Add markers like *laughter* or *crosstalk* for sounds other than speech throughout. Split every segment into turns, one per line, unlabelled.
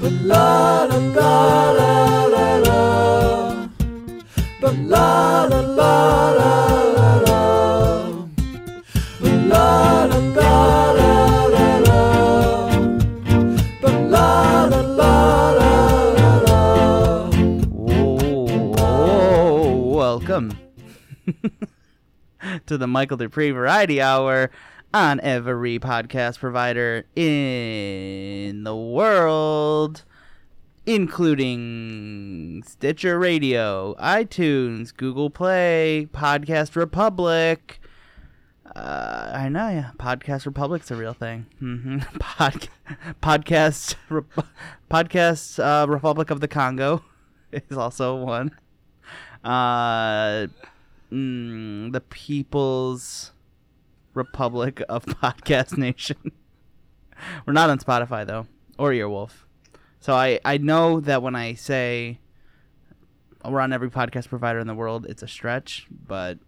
la la la la la la. But la la la la la la. But la la la la la la. But la la la la la la.
Whoa, welcome *laughs* to the Michael Dupree Variety Hour on every podcast provider in the world, including Stitcher Radio, iTunes, Google Play, Podcast Republic. Uh, I know, yeah. Podcast Republic's a real thing. *laughs* hmm Pod- podcast, Rep- podcast uh, Republic of the Congo *laughs* is also one. Uh, mm, the People's Republic of *laughs* Podcast Nation. *laughs* We're not on Spotify though, or Earwolf. So I I know that when I say we're on every podcast provider in the world, it's a stretch, but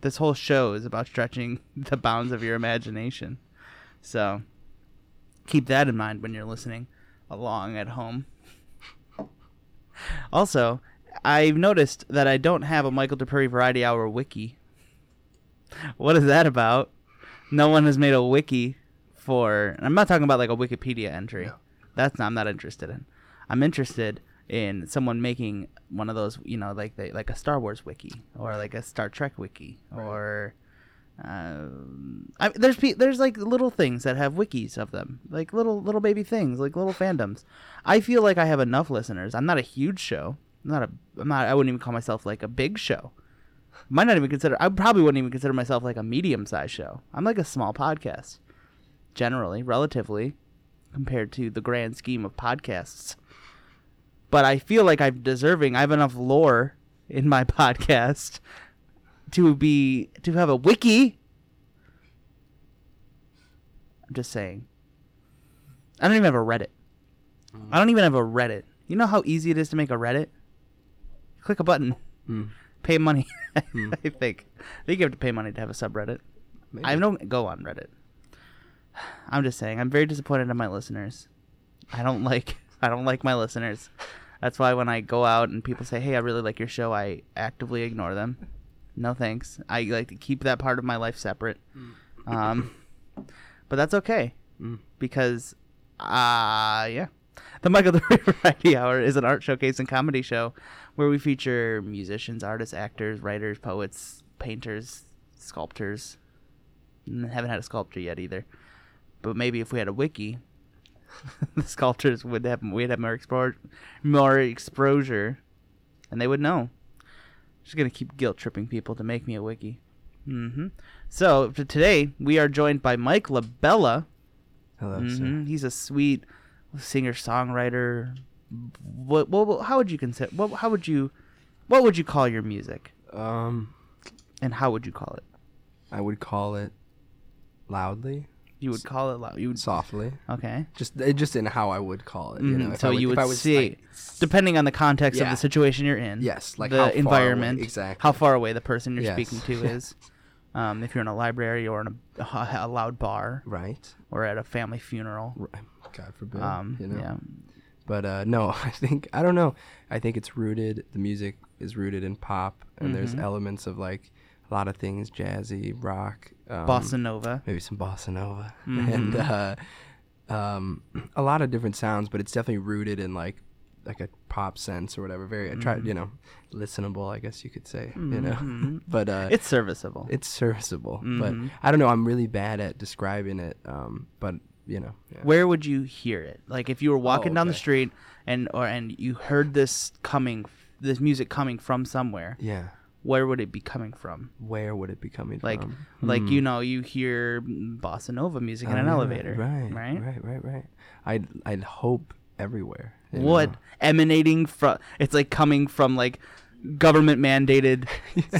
this whole show is about stretching *laughs* the bounds of your imagination. So keep that in mind when you're listening along at home. Also, I've noticed that I don't have a Michael DePerry Variety Hour wiki. What is that about? No one has made a wiki for. and I'm not talking about like a Wikipedia entry. That's not, I'm not interested in. I'm interested in someone making one of those, you know, like they, like a Star Wars wiki or like a Star Trek wiki or. Um, I, there's pe- there's like little things that have wikis of them, like little little baby things, like little fandoms. I feel like I have enough listeners. I'm not a huge show. I'm not a. I'm not. I wouldn't even call myself like a big show. Might not even consider. I probably wouldn't even consider myself like a medium sized show. I'm like a small podcast, generally, relatively, compared to the grand scheme of podcasts. But I feel like I'm deserving. I have enough lore in my *laughs* podcast to be to have a wiki. I'm just saying. I don't even have a Reddit. I don't even have a Reddit. You know how easy it is to make a Reddit? Click a button. Pay money. *laughs* I think. I think you have to pay money to have a subreddit. I don't go on Reddit. I'm just saying, I'm very disappointed in my listeners. I don't *laughs* like I don't like my listeners. That's why when I go out and people say, "Hey, I really like your show," I actively ignore them. No thanks. I like to keep that part of my life separate. Um, but that's okay because, uh, yeah. The Michael *laughs* Dupree Variety Hour is an art showcase and comedy show where we feature musicians, artists, actors, writers, poets, painters, sculptors. Mm, Haven't had a sculptor yet either, but maybe if we had a wiki, *laughs* the sculptors would have we'd have more explore, more exposure, and they would know. Just gonna keep guilt tripping people to make me a wiki. hmm So for today we are joined by Mike Labella.
Hello, sir.
hmm He's a sweet singer songwriter. What, what, what- How would you consider? What, how would you? What would you call your music?
Um,
And how would you call it?
I would call it loudly,
You would call it loud. You would
softly.
okay.
Just it- just in how I would call it. You know,
Mhm.
if
so
I
you
if
would
I was,
see,
like,
depending on the context of
Yeah.
the situation you're in.
Yes, like
the
how far away-
environment,
exactly.
How far away the person you're
Yes.
speaking
*laughs*
to is. Um, if you're in a library or in a, a loud bar
right.
or at a family funeral.
Right. God forbid.
Um,
you know.
yeah.
But uh, no, *laughs* I think I don't know. I think it's rooted. The music is rooted in pop, and
Mm-hmm.
there's elements of like a lot of things, jazzy, rock, um,
Bossa Mm-hmm. Nova.
maybe some bossa nova *laughs* and uh, um, *clears throat* a lot of different sounds but it's definitely rooted in like like a pop sense or whatever very attra-
Mm-hmm.
you know listenable i guess you could say you know *laughs* but uh, it's
It's Mm-hmm. serviceable.
it's serviceable but i don't know i'm really bad at describing it um, but you know yeah.
where would you hear it? Like if you were walking down the
Oh, okay.
street and or and you heard this coming, this music coming from somewhere,
Yeah.
where would it be coming from?
where would it be coming
Like
from
like you know you hear bossa nova music in an
hmm. Oh, Yeah,
elevator,
right
Right.
right right right i'd i'd hope everywhere you know?
What emanating from? It's like coming from like government
*laughs*
mandated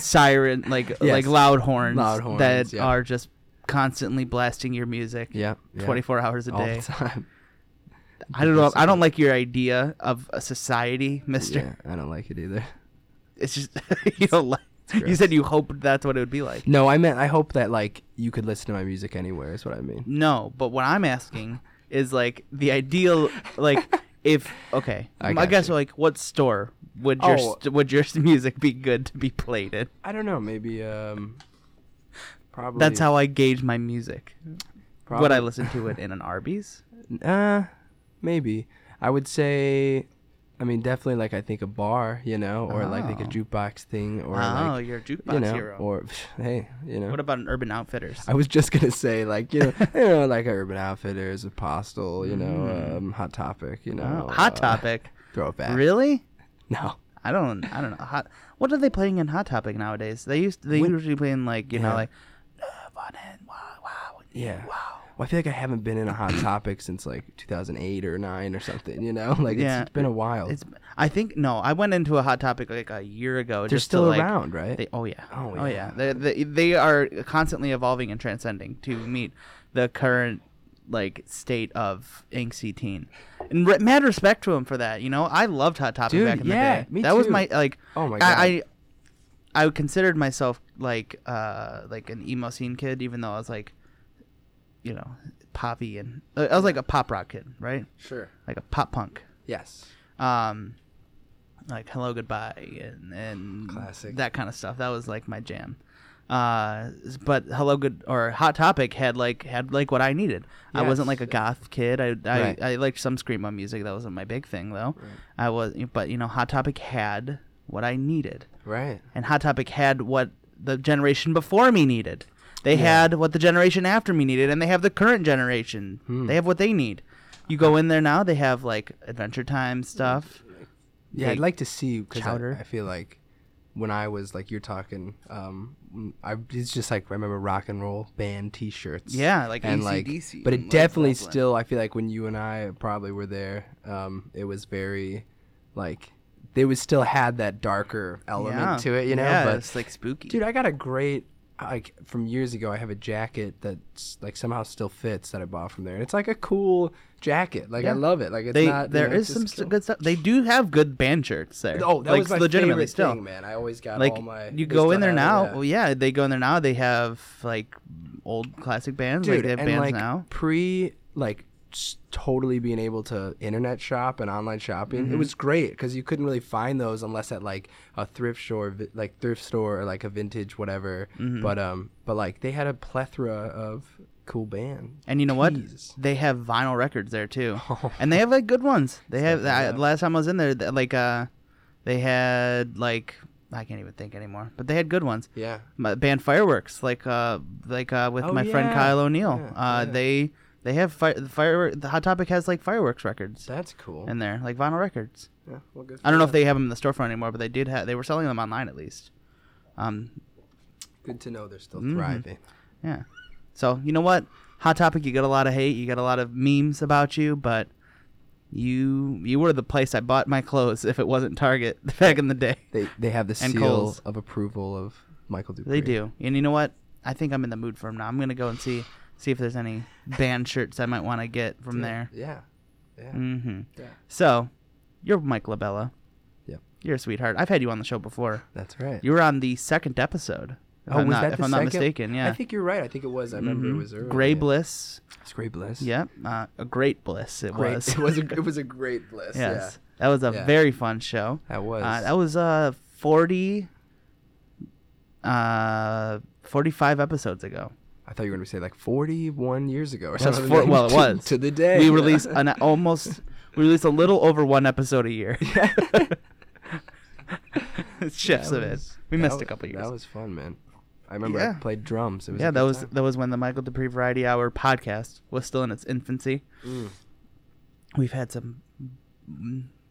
siren, like like
Yes.
loud horns,
Loud horns,
that
yeah.
are just constantly blasting your music.
yeah, yeah.
24 hours a
all the
day. *laughs*
time
I don't know. I don't like your idea of a society, Mister.
yeah i don't like it either
*laughs* It's just *laughs* you don't like. You said you hoped that's what it would be like.
No, I meant I hope that like you could listen to my music anywhere. Is what I mean. *laughs*
No, but what I'm asking is like the ideal, like if okay,
I
I,
got
guess
you.
like what store would your
Oh.
st- would your music be good to be played in?
I don't know. Maybe um, probably.
That's how I gauge my music. Would I
probably-
listen to it in an Arby's?
Uh, maybe. I would say. I mean, definitely like I think a bar, you know, or like like a
Oh.
jukebox thing, *laughs* or
oh,
like
you're a jukebox
you know,
hero.
or *sighs* hey, you know.
what about an Urban Outfitters?
*laughs* I was just gonna say like you know, you know like Urban Outfitters, Apostle, you know, um, Hot Topic, you know,
Oh, Mm. Hot
uh, *laughs*
Topic.
throwback.
really?
No.
I don't. I don't know. Hot. What are they playing in Hot Topic nowadays? They used. They
When-
usually play in like you
Yeah.
know like. "Love on it, wow, wow,
Yeah.
wow."
Well, I feel like I haven't been in a Hot Topic since like 2008 or nine or something. You know, *laughs* like
Yeah.
it's been a while.
It's. I think no. I went into a Hot Topic like a year ago.
They're
just to,
still
like-
around, right?
They, oh yeah.
Oh,
Oh
yeah.
yeah. They, they they are constantly evolving and transcending to meet the current like state of angsty teen. And re- mad respect to him for that. You know, I loved Hot Topic
Dude,
back in
yeah,
the day.
me
that was
too.
my like.
Oh my
I. I I considered myself like uh like an emo scene kid, even though I was like, you know, poppy and uh, I was like a pop rock kid, right?
sure.
Like a pop punk
Yes.
um like hello goodbye and and
Classic.
that kind of stuff that was like my jam uh s- but hello good or hot topic had like had like what i needed i wasn't
Yes.
like a goth kid i i,
Right.
I liked some screamo music that wasn't my big thing though i was but you know hot topic had what i needed
Right.
and hot topic had what the generation before me needed they had what the generation after me needed and they have the current generation
Hmm.
they have what they need you go in there now they have like adventure time stuff
Yeah, I'd
Like
like to see because
chowder.
I, I feel like when I was like you're talking, um, mm, I it's just like I remember rock and roll band T-shirts.
Yeah, like
and like,
AC/DC
but it
and Led
definitely
Zeppelin.
still I feel like when you and I probably were there, um, it was very like they was still had that darker element
Yeah.
to it, you know.
yeah,
but
it's like spooky
Dude, I got a great like from years ago. I have a jacket that's like somehow still fits that I bought from there. It's like a cool jacket. Like I
Yeah.
love it. Like it's
they,
not. you
there
know, it's
is some
just
st-
cool.
good stuff they do have good band shirts there
Oh, that
like,
was my
legitimately
favorite
still
thing, man. I always got
like
all my. they
you go in
still
there
have
now
it, yeah.
well yeah they go in there now they have like old classic bands like
dude,
they have
and
bands
like
now
pre like s- totally being able to internet shop and online shopping, it was
Mm-hmm.
great because you couldn't really find those unless at like a thrift store, vi- like thrift store or like a vintage whatever.
Mm-hmm.
But um, but like they had a plethora of cool bands.
And you know what?
Jeez.
They have vinyl records
*laughs*
there too,
Oh.
and they have like good ones. They have. I, last time I was in there, th- like uh, they had like I can't even think anymore, but they had good ones.
Yeah.
My band Fireworks, like uh, like uh, with
Oh,
my friend
yeah.
Kyle O'Neill.
Yeah,
uh,
yeah.
they they have fire the firework. The Hot Topic has like fireworks records
That's cool.
in there, like vinyl records.
yeah, well, good
I don't know if they have them in the storefront anymore, but they did have. They were selling them online at least. Um,
Good to know they're still
Mm-hmm.
thriving.
Yeah. So you know what? Hot topic. You got a lot of hate. You got a lot of memes about you, but you you were the place I bought my clothes. *laughs* If it wasn't Target *laughs* back in the day,
They they have the
And
seal
Kohl's.
of approval of Michael Dupree.
they do. And you know what? I think I'm in the mood for them now. I'm gonna go and see see if there's any band shirts I might want to get from there.
Yeah. Yeah.
Mm-hmm.
Yeah.
So you're Mike Labella.
Yep.
You're a sweetheart. I've had you on the show before.
That's right.
You were on the second episode. If
Oh,
I'm
was
not,
that
if
the
I'm
second?
not mistaken, yeah.
I think you're right. I think it was. I remember it
Mhm.
was early.
Gray
yeah.
Bliss.
It's Gray Bliss.
Yep. Uh, a great bliss it
Great- *laughs*
was.
It
*laughs*
was a it was a great bliss.
Yes. That was a
Yeah.
very fun show.
Yeah. That was.
Uh, that was uh 40 uh 45 episodes ago.
I thought you were going to say like 41 years ago or
That was
something.
four- well, it
*laughs* to-
was.
to, the day.
We
yeah.
release
*laughs*
an almost we release a little over one episode a year. *laughs* Shifts
That
of it.
was-
We
that
missed a
was-
couple years.
That was fun, man. I remember I
Yeah.
played drums. It was a
yeah,
good
that was
time.
that was when the Michael Dupree Variety Hour podcast was still in its infancy.
Mm.
We've had some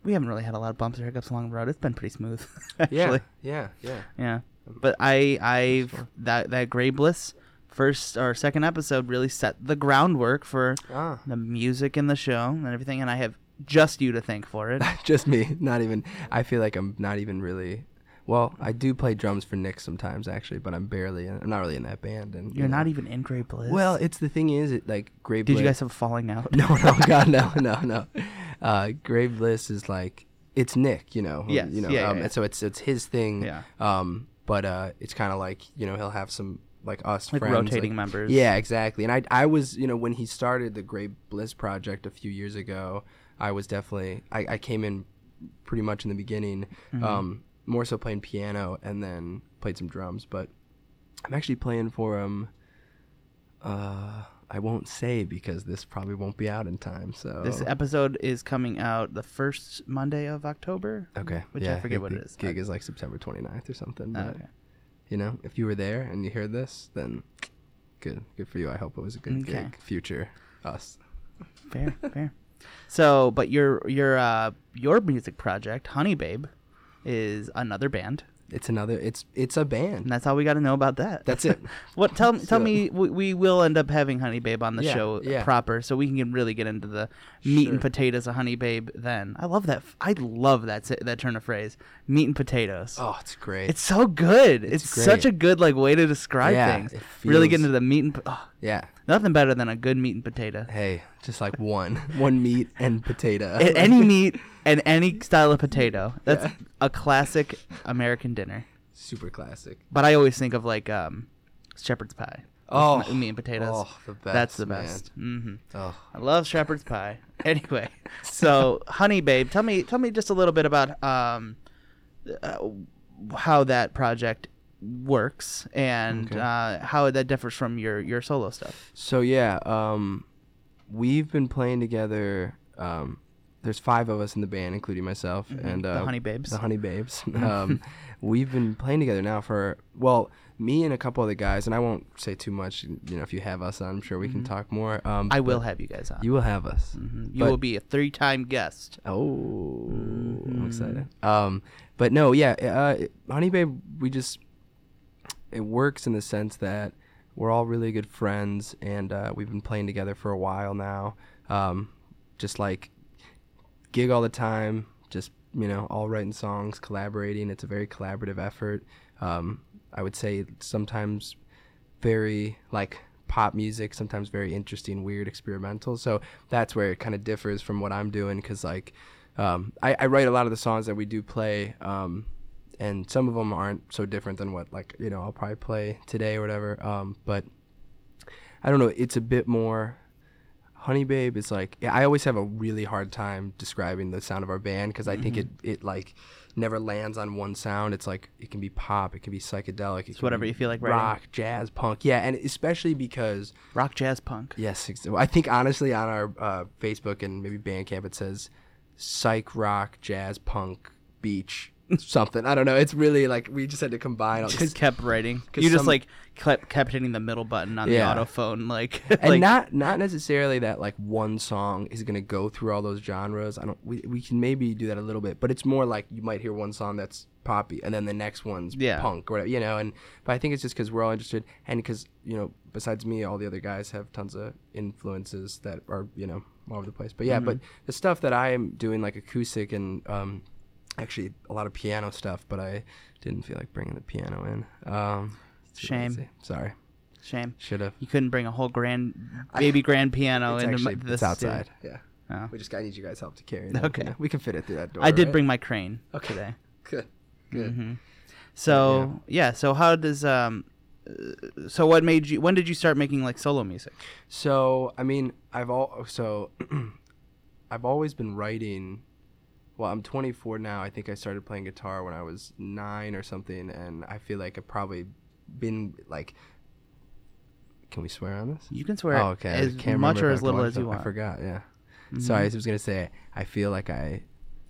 we haven't really had a lot of bumps or hiccups along the road. It's been pretty smooth. *laughs* Actually.
yeah, yeah, yeah.
Yeah, but I I that that Gray Bliss first or second episode really set the groundwork for
Ah.
the music in the show and everything, and I have just you to thank for
*laughs*
it.
Just me. Not even. I feel like I'm not even really. Well, I do play drums for Nick sometimes, actually, but I'm barely. In, I'm not really in that band. And you
You're
know.
not even in Gray Bliss.
Well, it's the thing is, it like Gray.
did you
Bliss-
guys have a falling
*laughs*
out?
no, no, God, no, no, no. Uh, Grave Bliss is like it's Nick, you know.
Yes,
you know.
yeah, yeah,
um,
yeah.
And so it's it's his thing.
Yeah.
Um, but uh, it's kind of like you know he'll have some like us
Like
friends,
rotating members.
Yeah, exactly. And I I was you know when he started the Great Bliss Project a few years ago, I was definitely I, I came in pretty much in the beginning,
Mm-hmm.
um, more so playing piano and then played some drums. But I'm actually playing for him. Uh, I won't say because this probably won't be out in time. So
This episode is coming out the first Monday of October.
Okay.
Which I forget
think
what
the
it is.
Gig is like September 29th or something.
Oh,
But,
okay.
you know, if you were there and you heard this, then good. Good for you. I hope it was a good
Okay.
gig. Future us.
Fair, fair. So, but your your uh your music project, Honey Babe, is another band,
It's another, it's it's a band.
and that's all we got to know about that.
That's it.
*laughs* what tell tell
do
me we, we will end up having Honey Babe on the
Yeah,
show
yeah.
proper, so we can get- really get into the meat
Sure.
and potatoes of Honey Babe. Then I love that f- I love that s- that turn of phrase, meat and potatoes.
Oh, it's great.
It's so good. It's, such a
great.
good like way to describe
Yeah,
things.
it
Really get
feels-
into the meat and po- oh,
yeah.
nothing better than a good meat and
*laughs*
potato.
Hey, just
*laughs*
like one, one meat and potato. *laughs*
A- any meat and any style of potato. That's a classic American dinner.
Super classic.
But I always think of like um, shepherd's pie. with
Oh,
m- meat and potatoes.
oh, the
That's the
best,
best. hmm
Oh.
I love shepherd's pie. *laughs* Anyway, so honey babe, tell me tell me just a little bit about um, uh, how that project works and
Okay.
uh, how that differs from your your solo stuff.
So yeah, um, we've been playing together. Um, there's five of us in the band, including myself and uh,
Mm-hmm. Honey Babes.
The Honey
*laughs*
Babes. um, we've been playing together now for well, me and a couple other guys, and I won't say too much. You know, if you have us on, I'm sure we can talk more. Um,
Mm-hmm. I
but
will have you guys on. Mm,
You will have us.
You
but-
will be a three time guest.
Oh, I'm excited. Um, but no, yeah, uh, Honey Babe, we just it works in the sense that we're all really good friends, and uh, we've been playing together for a while now. Um, just like gig all the time, just you know, all writing songs, collaborating. It's a very collaborative effort. Um, I would say sometimes very like pop music, sometimes very interesting, weird, experimental. So that's where it kind of differs from what I'm doing because like um, I, I write a lot of the songs that we do play, um, and some of them aren't so different than what like you know I'll probably play today or whatever. Um, but I don't know, it's a bit more. Honey Babe is like yeah, I always have a really hard time describing the sound of our band because I think it
Mm-hmm.
it like never lands on one sound. It's like it can be pop, it can be psychedelic, it can
whatever
be
you feel like writing.
rock, jazz, punk. Yeah, and especially because
Rock jazz punk.
yes, ex- I think honestly on our uh, Facebook and maybe Bandcamp it says psych rock, jazz, punk, beach, something. I don't know. It's really like we just had to combine all
*laughs* Just
because. *laughs*
kept writing. You just
some-
like kept kept hitting the middle button on
Yeah.
the autophone, like *laughs*
And
like,
not not necessarily that like one song is gonna go through all those genres. I don't. We, we can maybe do that a little bit, but it's more like you might hear one song that's poppy, and then the next one's
Yeah.
punk or whatever, you know. And but I think it's just because we're all interested, and because you know, besides me, all the other guys have tons of influences that are you know all over the place. But yeah, but
Mm-hmm.
the stuff that I am doing like acoustic and um, actually a lot of piano stuff, but I didn't feel like bringing the piano in. Um, it's too
Shame.
lazy. Sorry.
shame.
Should have.
You couldn't bring a whole grand baby grand piano
It's
into
actually
m-
it's
this studio.
outside. Yeah.
Oh.
We just got need you guys' help to carry it. up, you
Okay.
know? We can fit it through that door.
I did
right?
bring Mm-hmm. my crane
Okay.
today.
Good. Good.
So yeah. so how does um uh, so what made you when did you start making like solo music?
So I mean, I've all so *clears throat* I've always been writing. Well, I'm 24 now. I think I started playing guitar when I was nine or something, and I feel like I've probably been like. Can we swear on this?
You can swear
oh, okay. I
as
can't
much
remember
or
if I
as little
wanted
as
to-
you want. Mm-hmm.
I forgot. Yeah. Sorry, I was gonna say I feel like I,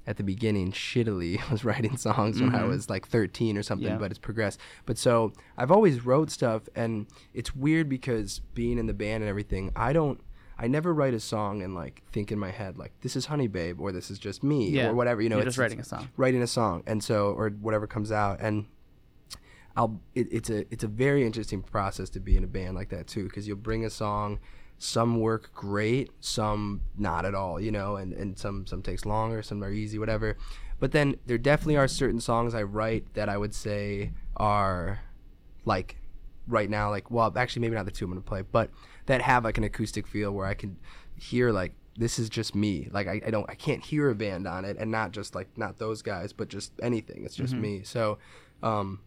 at the beginning, shittily *laughs* was writing songs when I was like 13 or something,
Mm-hmm. Yeah.
but it's progressed. But so I've always wrote stuff, and it's weird because being in the band and everything, I don't. I never write a song and like think in my head like this is Honey Babe or this is just me
Yeah.
or whatever you know
You're
it's-
just writing
it's
a song.
writing a song and so or whatever comes out and I'll it, it's a it's a very interesting process to be in a band like that too because you'll bring a song some work great some not at all you know and and some some takes longer some are easy whatever but then there definitely are certain songs I write that I would say are like right now like well actually maybe not the two I'm gonna play but that have like an acoustic feel where I can hear like this is just me like I, I don't I can't hear a band on it and not just like not those guys but just anything it's just me so um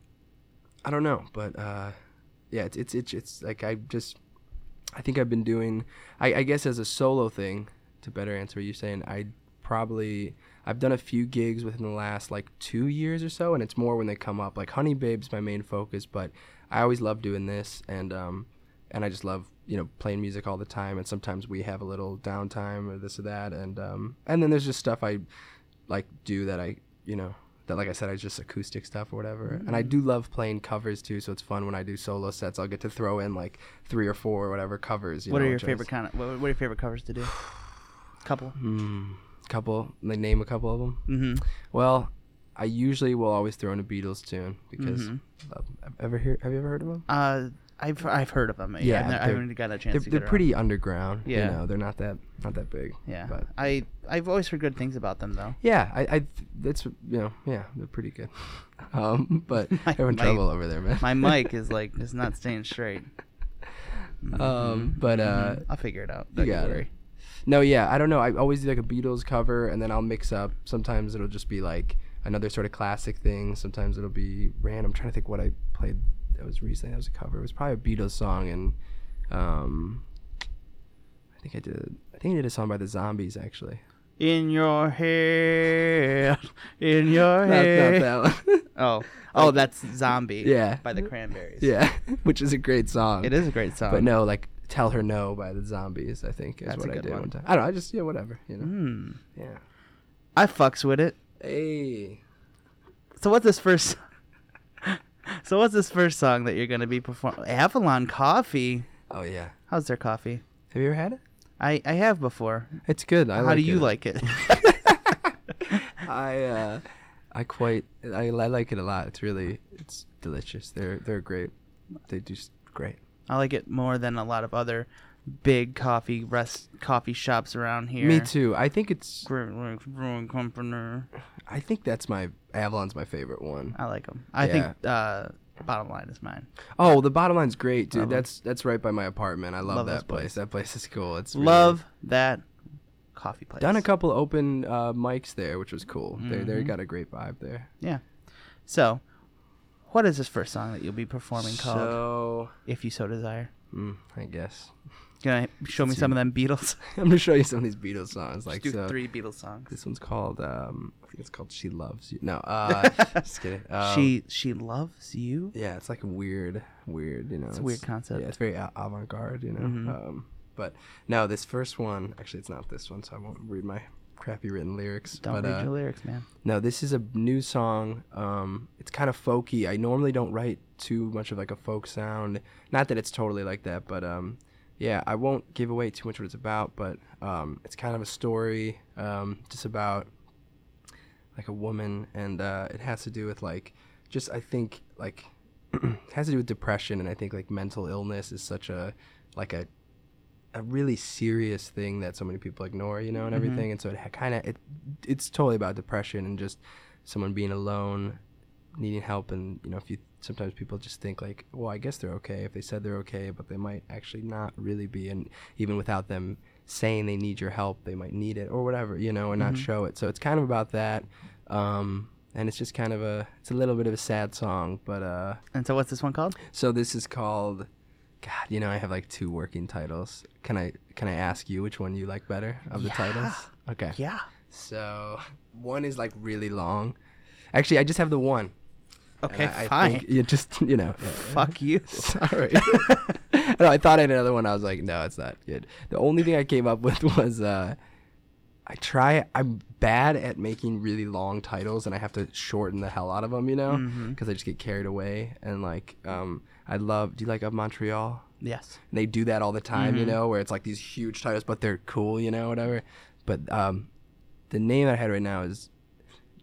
I don't know, but uh, yeah, it's it's it's, it's like I just I think I've been doing I, I guess as a solo thing to better answer what you're saying, I probably I've done a few gigs within the last like two years or so and it's more when they come up. Like Honey Babe's my main focus, but I always love doing this and um and I just love, you know, playing music all the time and sometimes we have a little downtime or this or that and um and then there's just stuff I like do that I you know that like I said I just acoustic stuff or whatever and I
Mm-hmm.
do love playing covers too so it's fun when I do solo sets I'll get to throw in like three or four or whatever covers you
What
know,
are your
which I
favorite
just-
kind of what, what are your favorite covers to do?
*sighs*
Couple.
Hmm, couple like name a couple of them
Mm-hmm.
well I usually will always throw in a Beatles tune because
Mm-hmm.
uh, ever hear have you ever heard of them
Uh, I've I've heard of them.
Yeah,
Yeah, I've ne- I
they're-
haven't got a
they're,
chance. to
they're
get around.
pretty underground
Yeah.
you know they're not that not that big
Yeah,
but
I I've always heard good things about them though.
yeah I, I that's you know yeah they're pretty good *laughs* um but
*laughs* My-
they're in
my-
trouble over there man *laughs*
My mic is like it's not staying straight. Mm-hmm.
um but uh
I'll figure it out. Don't you
got it.
worry.
No, yeah, I don't know. I always do like a Beatles cover, and then I'll mix up. Sometimes it'll just be like another sort of classic thing. Sometimes it'll be random. I'm trying to think what I played that was recently. That was a cover. It was probably a Beatles song, and um, I think I did. I think I did a song by the Zombies actually.
In your head, in your
No, it's
head.
not that one.
*laughs* Oh, oh, that's zombie.
Yeah.
by the Cranberries.
yeah, *laughs* which is a great song.
it is a great song.
but no, like "Tell Her No" by the Zombies. I think is
That's a
what I
good
did
one.
one. time. I don't. know. I just yeah, whatever. You know.
Hmm.
Yeah.
I fucks with it.
Hey.
So what's this first? *laughs* so what's this first song that you're gonna be performing? Avalon Coffee.
Oh yeah.
How's their coffee?
Have you ever had it?
I I have before.
It's good. I
How
like
do
*laughs*
you
it.
like *laughs* it?
I uh, I quite I, I like it a lot. It's really it's delicious. They're they're great. They do s- great.
I like it more than a lot of other big coffee rest coffee shops around here.
Me too. I think it's
Great Lakes Brewing Company.
I think that's my Avalon's my favorite one.
I like them. I think uh, bottom line is mine.
Oh, well, the bottom line's great, dude.
Love 'em.
That's that's right by my apartment. I love,
Love this
that
place.
place. That place is cool. It's really-
Love that coffee place.
Done a couple open uh, mics there, which was cool. They they
Mm-hmm.
got a great vibe there.
Yeah. So, what is this first song that you'll be performing called?
So
If you so desire.
mm, I guess *laughs*
Can I show me some of them Beatles?
I'm gonna show you some of these Beatles songs. *laughs* Like
Do
so,
three Beatles songs.
This one's called um, I think it's called She Loves You.
*laughs*
No, uh, just kidding. Um,
she she loves you.
yeah, it's like a weird, weird, you know. It's
a weird concept. Mm-hmm.
Yeah, it's very a- avant-garde, you know. Um, but no, this first one actually, it's not this one, so I won't read my crappy written lyrics.
Don't
but,
read
uh,
your lyrics, man.
No, this is a new song. Um, it's kind of folky. I normally don't write too much of like a folk sound. Not that it's totally like that, but um, yeah, I won't give away too much what it's about. But um, it's kind of a story, um, just about like a woman, and uh, it has to do with like just I think like *clears throat* it has to do with depression, and I think like mental illness is such a like a a really serious thing that so many people ignore, you know, and everything. And so it kind of it it's totally about depression and just someone being alone, needing help, and you know, if you sometimes people just think like, well, I guess they're okay if they said they're okay, but they might actually not really be, and even without them saying they need your help, they might need it or whatever, you know, and not show it. So it's kind of about that. Um, and it's just kind of a it's a little bit of a sad song, but uh
And so, what's this one called?
so this is called. God, you know I have like two working titles. Can I can I ask you which one you like better of the titles? Okay.
Yeah.
So one is like really long. Actually, I just have the one. And
Okay,
I, I
fine.
think you just *laughs* you know.
*laughs* Fuck you.
Sorry. *laughs* no, I thought I had another one. I was like, no, it's not good. The only thing I came up with *laughs* was uh, I try. I'm bad at making really long titles, and I have to shorten the hell out of them, you know, because I just get carried away. And like, um, I love. Do you like of Montreal?
Yes.
And they do that all the time, you know, where it's like these huge titles, but they're cool, you know, whatever. But um, the name I had right now is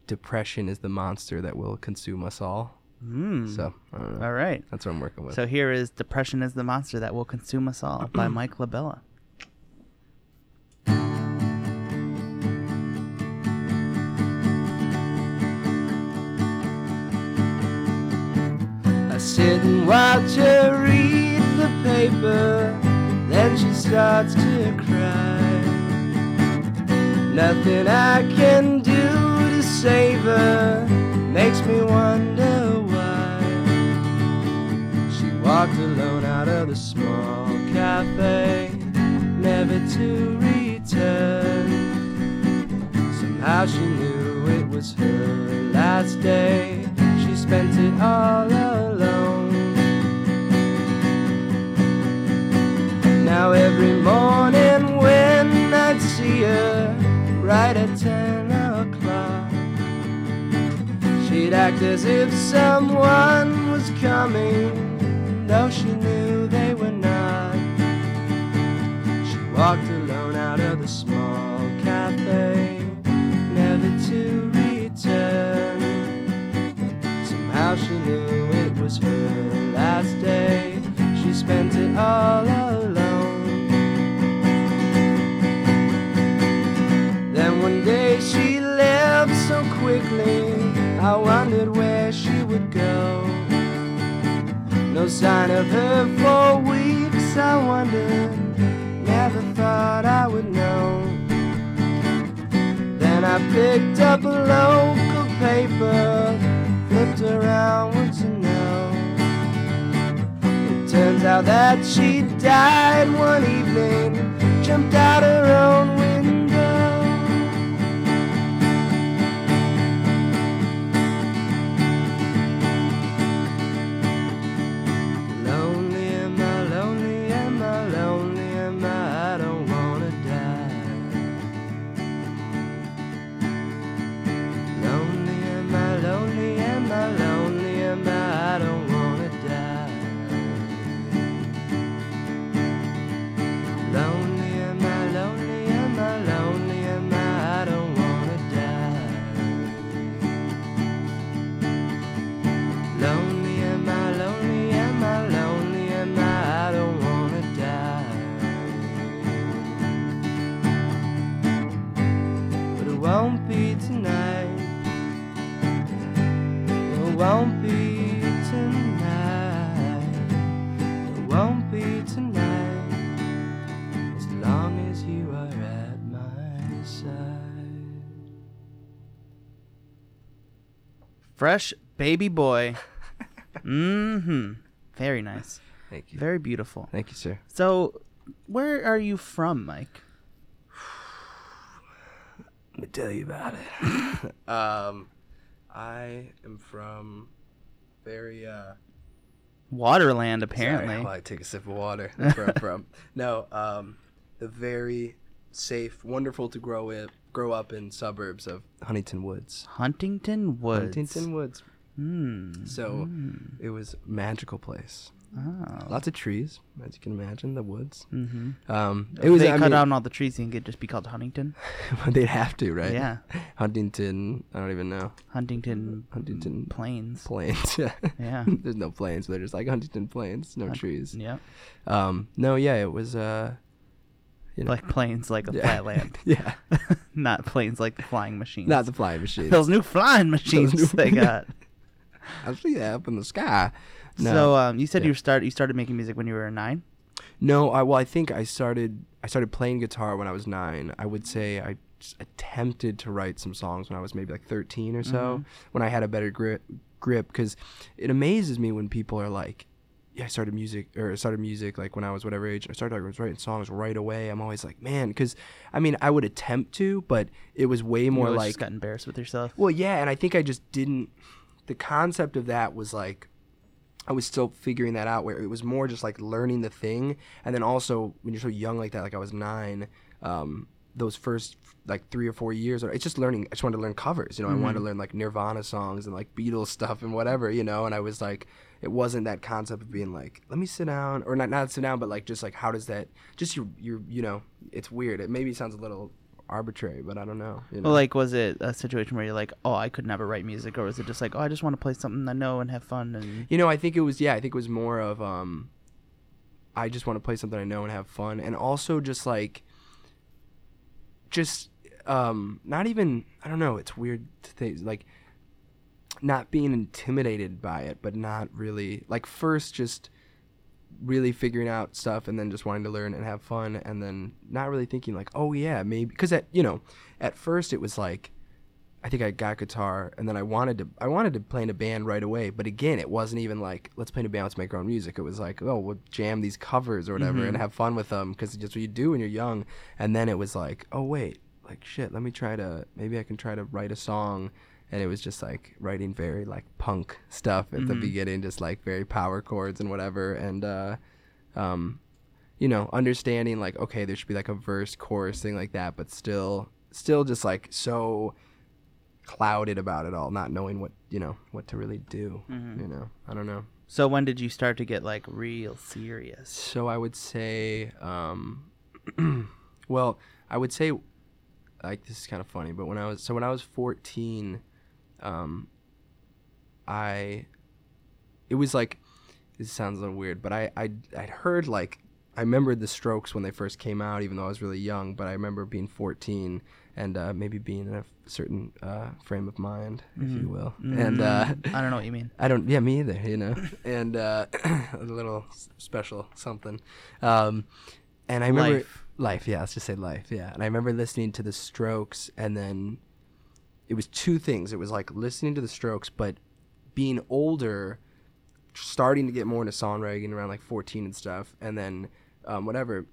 "Depression is the monster that will consume us all."
Mm.
So I don't know.
All right.
That's what I'm working with.
So here is Depression is the Monster That Will Consume Us All
*clears throat*
by Mike LaBella.
I sit and watch her read the paper, then she starts to cry. Nothing I can do to save her makes me wonder why. She walks left alone out of the small cafe, never to return. Somehow she knew it was her last day. She spent it all alone. Now every morning when I see her, right at ten o'clock, she'd act as if someone was coming, though she knew they were not. She walked alone out of the small cafe, never to return. Somehow she knew it was her last day. She spent it all alone. Then one day she left so quickly, I wondered where she would go. No sign of her for weeks, I wondered. Never thought I would know. Then I picked up a local paper, flipped around once to know. It turns out that she died one evening, jumped out her own window. Lonely am I, lonely am I, lonely am I, I don't wanna die. Lonely am I, lonely am I, lonely am I, I don't wanna die. Lonely am I, lonely am I, lonely am I, I don't wanna die. Lonely am I, lonely am I, lonely am I, I don't wanna die. but it won't be tonight. It won't be tonight. It won't be tonight. As long as you are at my side.
Fresh baby
*laughs*
boy. mm-hmm. Very nice.
Thank you.
Very beautiful.
Thank you, sir.
So, where are you from, Mike?
Let me tell you about it. *laughs* um, I am from very uh.
Waterland,
Sorry,
apparently.
while I take a sip of water. That's where I'm from. No, um, the very safe, wonderful to grow up, grow up in suburbs of Huntington Woods.
Huntington Woods.
Huntington Woods.
Mm.
So it was a magical place.
Oh.
Lots of trees, as you can imagine, the woods.
Mm-hmm.
Um,
It
it was.
they
I
cut
mean,
down all the trees and could just be called Huntington.
*laughs* they'd have to, right?
Yeah.
*laughs* Huntington. I don't even know.
Huntington
Huntington *laughs*
Plains.
Plains.
Yeah.
There's no plains. They're just like Huntington Plains. No trees.
Yeah.
Um. No. Yeah. It was. Uh. *laughs* You know.
Like planes like a
yeah.
flat
*laughs*
land.
yeah.
Not planes like the flying machines.
Not the flying
*laughs*
machine.
Those new flying machines
new- *laughs*
they got.
I see that up in the sky. No,
So um, you said
Yeah.
you start you started making music when you were nine.
no. I well, I think I started. I started playing guitar when I was nine. I would say I s- attempted to write some songs when I was maybe like thirteen or so. When I had a better grip, grip, because it amazes me when people are like, "Yeah, I started music," or "I started music like when I was whatever age." I started like, I was writing songs right away. I'm always like, man, because I mean, I would attempt to, but it was way
You
more
always
like
just got embarrassed with yourself.
Well, yeah, and I think I just didn't. The concept of that was like, I was still figuring that out. Where it was more just like learning the thing, and then also when you're so young like that, like I was nine, um, those first like three or four years, or it's just learning. I just wanted to learn covers, you know. I wanted to learn like Nirvana songs and like Beatles stuff and whatever, you know. And I was like, it wasn't that concept of being like, let me sit down, or not not sit down, but like just like how does that? Just your your you know, it's weird. It maybe sounds a little arbitrary, but I don't know. You know?
Well, like, was it a situation where you're like, oh, I could never write music, or was it just like, oh, I just want to play something I know and have fun? And
You know, I think it was yeah, I think it was more of um I just want to play something I know and have fun and also just like just um not even I don't know, it's weird to think like not being intimidated by it, but not really like first just really figuring out stuff and then just wanting to learn and have fun and then not really thinking like, "Oh yeah, maybe" cuz at, you know, at first it was like I think I got guitar, and then I wanted to I wanted to play in a band right away. But again, it wasn't even like let's play in a band, let's make our own music. It was like oh, we'll jam these covers or whatever and have fun with them because that's what you do when you're young. And then it was like oh wait, like shit, let me try to maybe I can try to write a song. And it was just like writing very like punk stuff at the beginning, just like very power chords and whatever. And uh, um, you know, understanding like okay, there should be like a verse, chorus, thing like that, but still, still just like so clouded about it all, not knowing what you know what to really do. You know, I don't know.
So when did you start to get like real serious?
So I would say, um, *clears throat* well, I would say, like this is kind of funny, but when I was so when I was fourteen, um, I, it was like, this sounds a little weird, but I I I'd heard like I remembered the Strokes when they first came out, even though I was really young, but I remember being fourteen and uh, maybe being in a certain uh, frame of mind, if you will,
Mm-hmm.
and uh,
Mm, I don't know what you
*laughs*
mean.
I don't. Yeah, me either. You know, and uh, *clears throat* a little s- special something. Um, and I remember
Life.
life. Yeah, let's just say life. Yeah, and I remember listening to the Strokes, and then it was two things. It was like listening to the Strokes, but being older, starting to get more into songwriting around like 14 and stuff, and then um, whatever.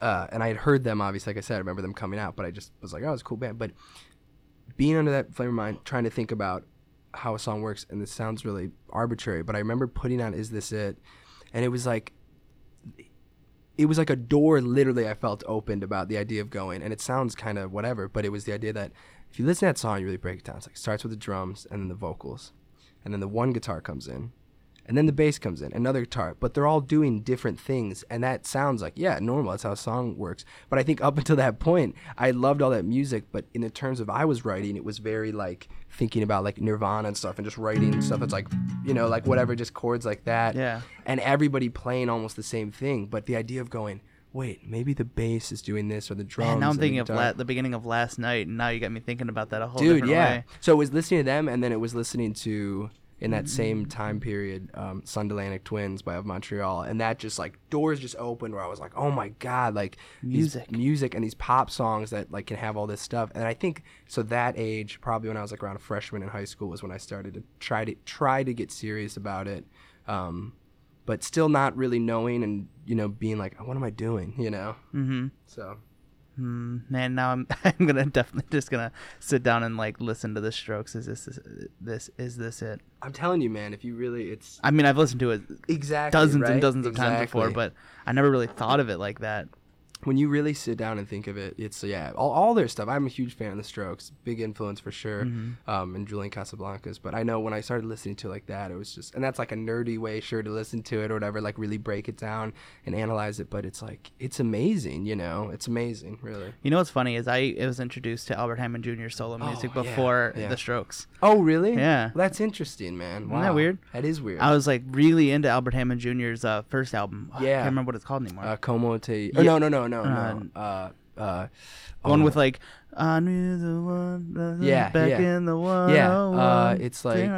Uh, and I had heard them, obviously, like I said, I remember them coming out, but I just was like, oh, it's a cool band. But being under that flame of mind, trying to think about how a song works, and this sounds really arbitrary, but I remember putting on "Is This It," and it was like, it was like a door literally I felt opened about the idea of going, and it sounds kind of whatever, but it was the idea that if you listen to that song, you really break it down. It's like it starts with the drums and then the vocals, and then the one guitar comes in, and then the bass comes in, another guitar, but they're all doing different things, and that sounds like yeah, normal. That's how a song works. But I think up until that point, I loved all that music, but in the terms of I was writing, it was very like thinking about like Nirvana and stuff, and just writing stuff that's like you know like whatever, just chords like that,
Yeah.
and everybody playing almost the same thing. But the idea of going. Wait, maybe the bass is doing this or the drums.
And now I'm
and the
thinking of
guitar."
la- the beginning of last night, and now you got me thinking about that a whole
dude
different
yeah
way.
so it was listening to them and then it was listening to in that
Mm.
same time period um sunderlandic twins by of montreal and that just like doors just opened where i was like oh my god like these
Music.
music and these pop songs that like can have all this stuff and i think so that age probably when i was like around a freshman in high school was when i started to try to try to get serious about it um but still not really knowing and you know being like what am i doing you know
Mm-hmm.
so
Mm, Man, now I'm *laughs* I'm gonna definitely just gonna sit down and like listen to the Strokes. Is this this is this it?
i'm telling you man if you really it's
I mean, I've listened to it
exactly
dozens
right?
and dozens of times
Exactly.
before, but I never really thought of it like that.
when you really sit down and think of it, it's yeah, all, all their stuff. I'm a huge fan of the Strokes, big influence for sure,
Mm-hmm.
um, and Julian Casablancas. But I know when I started listening to it like that, it was just, and that's like a nerdy way, sure, to listen to it or whatever, like really break it down and analyze it. But it's like it's amazing, you know, it's amazing, really.
You know what's funny is I was introduced to Albert Hammond Jr. solo music
Oh, yeah,
before
yeah.
the Strokes.
Oh, really?
Yeah.
Well, that's interesting, man. Wow.
that weird?
That is weird.
I was like really into Albert Hammond Jr.'s uh, first album. I
Yeah.
can't remember what it's called anymore.
uh, Como te? Oh, no, no, no, no, no. Uh, uh,
The one with like I knew the one that was
Yeah,
back
yeah.
in the one.
uh, it's like-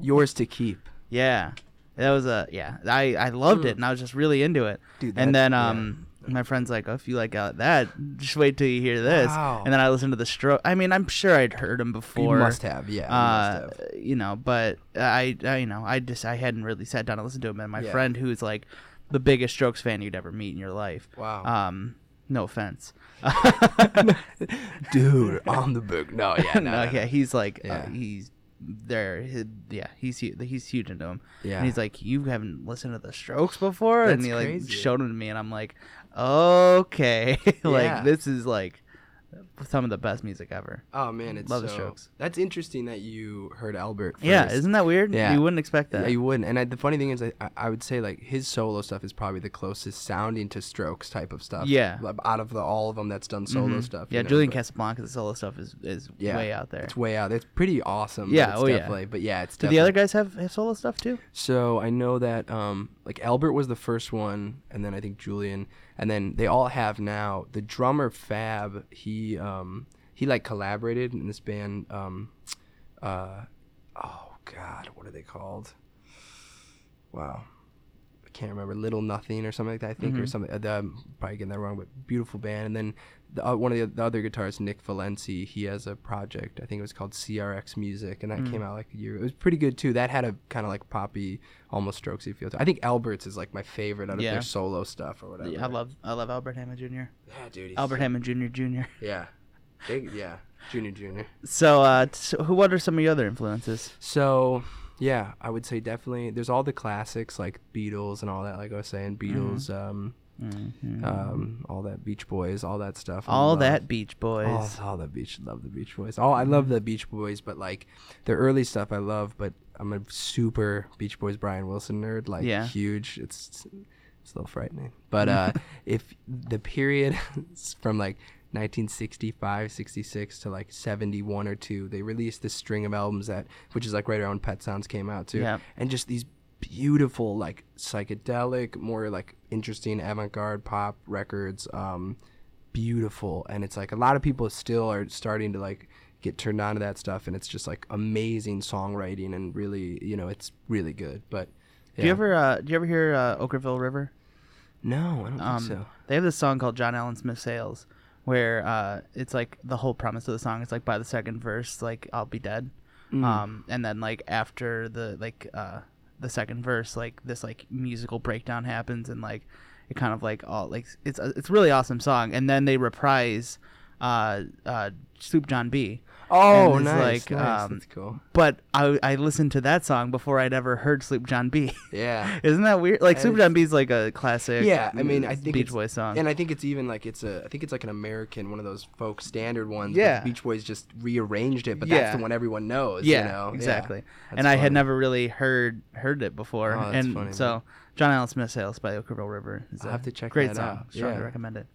yours to keep.
Yeah. That was a yeah. I I loved it and I was just really into it.
Mm. Dude,
and
that-
then um my friend's like, "Oh, if you like out that, just wait till you hear this."
Wow.
And then I listened to the stroke. I mean, I'm sure I'd heard him before.
you must have, yeah. you
Uh,
must have.
you know, but I, I, you know, I just I hadn't really sat down and listened to him. And my
Yeah.
friend, who's like the biggest Strokes fan you'd ever meet in your life.
Wow.
Um,
*laughs*
no offense.
dude, on the book. No,
*laughs*
yeah, no,
no,
no,
yeah, he's like,
Yeah.
Uh, he's there. He, yeah, he's hu- he's huge into him.
Yeah.
and he's like, you haven't listened to the Strokes before, and
That's
he like
crazy.
showed him to me, and I'm like, okay, *laughs* like
Yeah.
this is like some of the best music ever.
Oh man, it's
Love
so,
the Strokes.
That's interesting that you heard Albert. First.
Yeah, isn't that weird?
Yeah.
you wouldn't expect
Yeah,
that.
you wouldn't. And I, the funny thing is, I, I- I would say like his solo stuff is probably the closest sounding to Strokes type of stuff.
Yeah. Mm-hmm.
Like, out of the all of them that's done solo stuff.
yeah,
you know,
Julian
but
Casablancas' solo stuff is is
Yeah.
way out there.
It's way out. It's pretty awesome. but
Yeah,
it's
oh, yeah.
definitely, But yeah, it's
Do
definitely.
the other guys have, have solo stuff too?
So I know that um, like Albert was the first one, and then I think Julian, and then they all have now. The drummer Fab, he um, he like collaborated in this band. Um, uh, oh God, what are they called? Wow, I can't remember Little Nothing or something like that I
Mm-hmm.
think or something uh, the- I'm probably getting that wrong but beautiful band and then the, uh, one of the, the other guitarists Nick Valenci he has a project I think it was called CRX Music and that
Mm.
came out like a year it was pretty good too that had a kind of like poppy almost strokesy feel to it. I think Albert's is like my favorite out of
Yeah.
their solo stuff or whatever
I love I love Albert Hammond Jr.
yeah dude he's-
Albert Hammond Jr. Jr.
yeah Big- yeah Junior Junior
*laughs* So, uh, t- so who? What are some of your other influences?
So, yeah, I would say definitely. There's all the classics like Beatles and all that. Like I was saying,
Mm-hmm.
Beatles, um, um, all that Beach Boys, all that stuff. I
All
love-
that Beach Boys.
Oh, all the Beach, love the Beach Boys. Oh, I love the Beach Boys, but like the early stuff I love. But I'm a super Beach Boys Brian Wilson nerd. Like
Yeah.
huge. It's it's a little frightening.
*laughs*
But uh, if the period *laughs* is from like 1965, 66 to like 71 or 2, they released this string of albums that, which is like right around Pet Sounds came out too.
Yeah.
And just these beautiful, like psychedelic, more like interesting avant garde pop records. Um, beautiful. And it's like a lot of people still are starting to like, get turned on to that stuff and it's just like amazing songwriting and really you know it's really good but
Do you ever uh, do you ever hear uh, Okerville River?
no i don't
um,
think so
They have this song called John Allen Smith Sales, where uh, it's like the whole premise of the song is like by the second verse, like I'll be dead,
Mm.
um, and then like after the like uh, the second verse, like this like musical breakdown happens, and like it kind of like all like it's a, it's a really awesome song, and then they reprise uh, uh, Sloop John B.
Oh,
And it's
nice,
like,
nice.
um,
That's cool.
But I, I listened to that song before I'd ever heard Sloop John B. *laughs*
Yeah.
Isn't that weird? Like
And
Sloop
it's-
John B is like a classic.
Yeah, I mean, I
mm,
think
Beach
it's-
Boys
*laughs*
song.
And I think it's even like it's a, I think it's like an American one of those folk standard ones. but
Yeah.
Beach Boys just rearranged it, but
Yeah.
that's the one everyone knows.
yeah,
you know?
exactly.
That's
and I had
funny.
never really heard heard it before.
Oh, that's
and
funny,
so John Allen Smith Sales by Okerville River. Is
I'll
a
have to check
great
that
song.
out.
Strongly
Yeah. Um,
recommend it.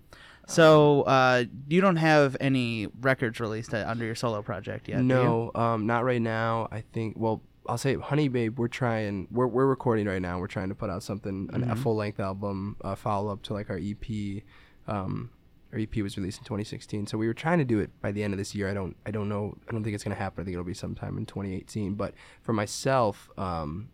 So uh, you don't have any records released uh, under your solo project yet? do you?
No, um, not right now. I think. Well, I'll say, Honey Babe, we're trying. We're we're recording right now. We're trying to put out something, an a full length album, a follow up to like our EP. Um, our EP was released in 2016, so we were trying to do it by the end of this year. I don't, I don't know. I don't think it's gonna happen. I think it'll be sometime in 2018. But for myself, um,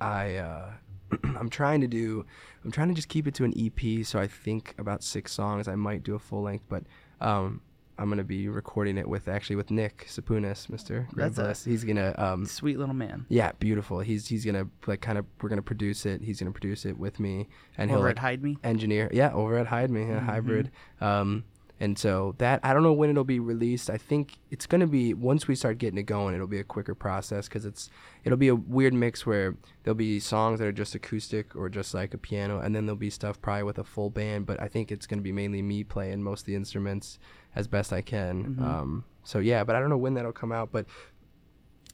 I uh, *clears throat* I'm trying to do I'm trying to just keep it to an EP. So I think about six songs. I might do a full length, but um, I'm gonna be recording it with actually with Nick Sapunas, Mr.
That's a-
Graveless. He's gonna um,
Sweet little man.
yeah, beautiful. He's he's gonna like kind of we're gonna produce it. He's gonna produce it with me, and he'll
Over
like,
at Hide Me?
engineer. Yeah, over at Hide Me, yeah, hybrid. Um, and so that I don't know when it'll be released. I think it's gonna be once we start getting it going, it'll be a quicker process because it's it'll be a weird mix where there'll be songs that are just acoustic or just like a piano, and then there'll be stuff probably with a full band. But I think it's gonna be mainly me playing most of the instruments as best I can. Um, so yeah, but I don't know when that'll come out, but.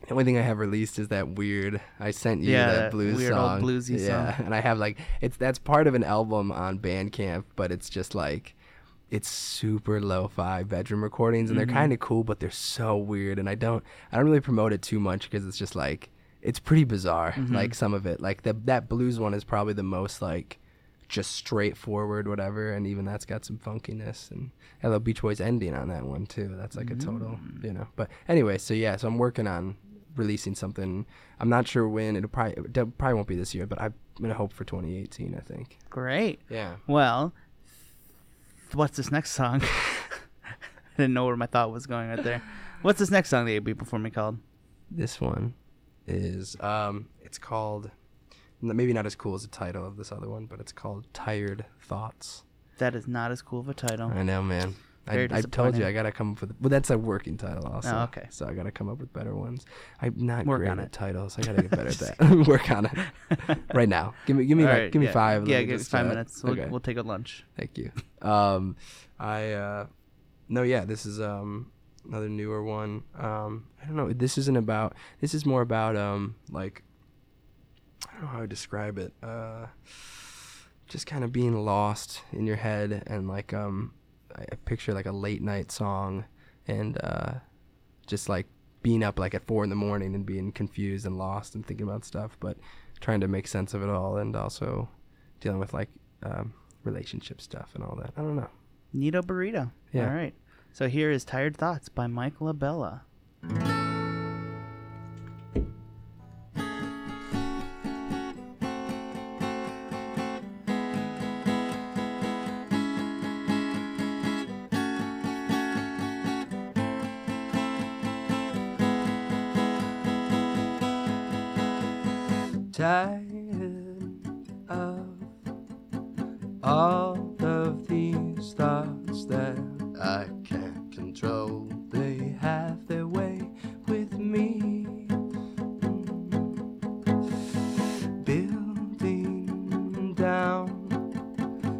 The only thing I have released is that weird. I sent you
Yeah,
that,
that
blues
weird old
song.
bluesy
yeah, *laughs* and I have like it's that's part of an album on Bandcamp, but it's just like it's super lo-fi bedroom recordings, and they're kind of cool, but they're so weird. And I don't I don't really promote it too much because it's just like it's pretty bizarre. Like some of it, like the, that blues one is probably the most like just straightforward, whatever. And even that's got some funkiness. And Hello Beach Boys ending on that one too. That's like a total, you know. But anyway, so yeah, so I'm working on releasing something. I'm not sure when. It'll probably it de- probably won't be this year, but I'm gonna hope for 2018. I think.
Great.
Yeah.
Well, th- what's this
*laughs*
next song? *laughs* I didn't know where my thought was going right there. What's this next song that you'd be performing called?
This one is um, it's called n- maybe not as cool as the title of this other one, but it's called Tired Thoughts.
That is not as cool of a title.
I know, man. I,
Oh. Very
I told
disappointing.
you I gotta come up with. Well, that's a working title also.
Oh, okay.
So I gotta come up with better ones. I'm not
Work
great
on
at
it.
titles. I gotta get better at
*laughs*
that. *laughs* Work on it. right now. Give me, give me,
All
like,
right,
give me
yeah.
five. let
Yeah,
me
give us
just,
five
uh,
minutes. We'll,
okay.
we'll take a lunch.
Thank you. Um, I uh, no, yeah, this is um another newer one. Um, I don't know. This isn't about. This is more about um like I don't know how to describe it. Uh, just kind of being lost in your head and like um I, I picture like a late night song and uh just like being up like at four in the morning and being confused and lost and thinking about stuff, but trying to make sense of it all and also dealing with like um, relationship stuff and all that. I don't know.
Nito Burrito.
Yeah.
All right. So here is Tired Thoughts by Mike LaBella.
tired of all of these thoughts that I can't control. They have their way with me. Mm. Building down,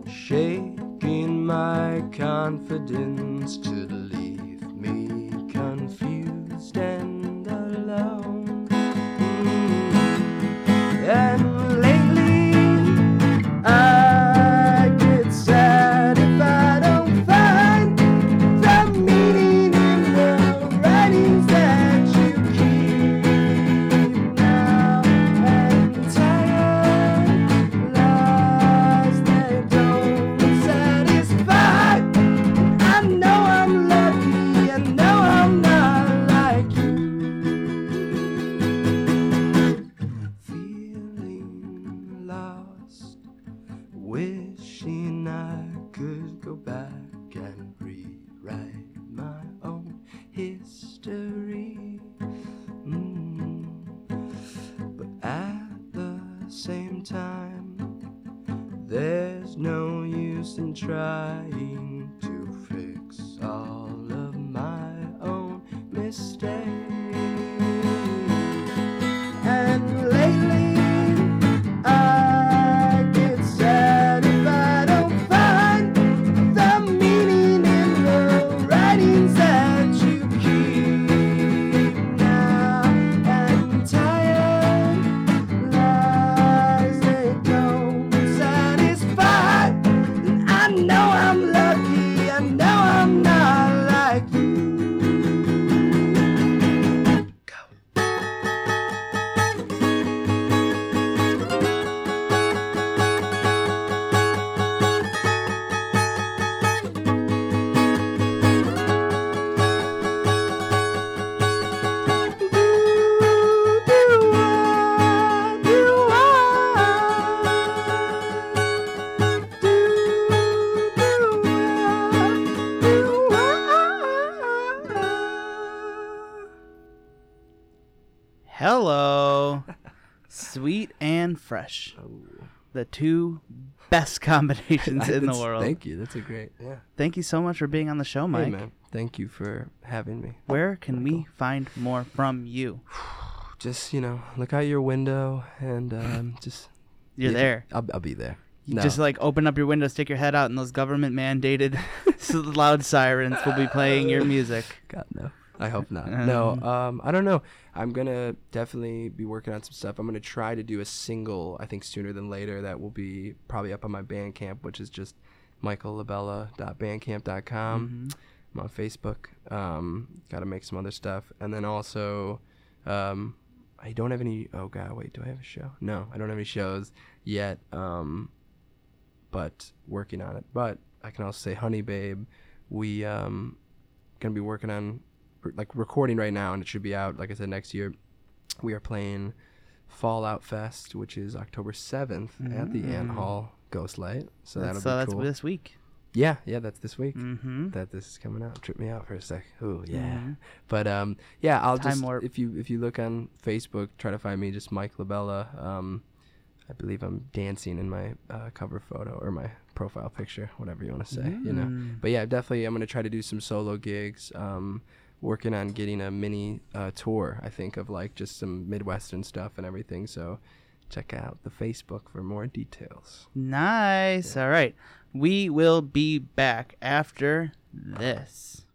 shaking my confidence to leave me confused and alone. Mm. And lately, I get sad if I don't find the meaning in the writings that you keep. Now I'm tired of lies that don't satisfy. I know I'm lucky, I know I'm not like you. Feeling lost. Wishing I could go back and rewrite my own history. Mm. But at the same time, there's no use in trying to fix all of my own mistakes. And lately, I get sad if I don't find the meaning in the writings that you keep. Now I'm tired, lies they don't satisfy. And I know I'm lucky, I know I'm not like you. Go.
Hello. Sweet and fresh. The two best *laughs* combinations
*laughs*
in the
That's-
world. Thank,
Thank you. That's a great. Yeah.
you so much for being on the show, Mike.
Hey, man. Thank you for having me.
Where can we find more from you?
Just you know, look out your window and um, *laughs* just
You're
yeah,
there.
I'll, I'll be there.
You Just like open up your window, stick your head out, and those government
*laughs*
mandated loud sirens will be playing your music.
God no. I hope
*laughs*
not. No. Um, I don't know. I'm gonna definitely be working on some stuff. I'm gonna try to do a single. I think sooner than later. That will be probably up on my Bandcamp, which is just
Mm-hmm.
michaellabella.bandcamp.com. I'm on Facebook. Um, gotta make some other stuff, and then also, um, I don't have any. Oh God, wait. Do I have a show? No, I don't have any shows yet. Um, but working on it. But I can also say, Honey Babe, we um gonna be working on like recording right now, and it should be out. Like I said, next year, we are playing Fallout Fest, which is October 7th at the Ant Hall Ghostlight. So that'll
Mm. That's, so
be
that's
cool.
this week.
Yeah, yeah, that's this week.
Mm-hmm.
That this is coming out. Trip me out for a sec. Ooh, yeah. But um, yeah, I'll
Time
just
warp.
if you if you look on Facebook, try to find me. Just Mike Labella. Um, I believe I'm dancing in my uh, cover photo or my profile picture, whatever you want to say. You know.
Mm.
But yeah, definitely, I'm gonna try to do some solo gigs. Um, working on getting a mini uh, tour. I think of like just some midwestern stuff and everything. So check out the Facebook for more details.
Nice. All right. We will be back after this.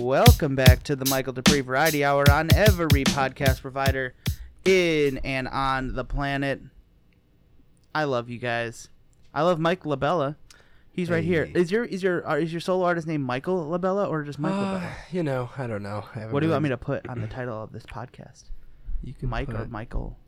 Welcome back to the Michael Dupree Variety Hour on every podcast provider in and on the planet. I love you guys. I love Mike Labella. He's right here.
Hey.
Is your is your uh, is your solo artist named Michael Labella or just Mike
Uh,
Labella?
you know, I don't know. I
What do you want me to put on the title of this podcast?
You can
Mike or
put-
Michael?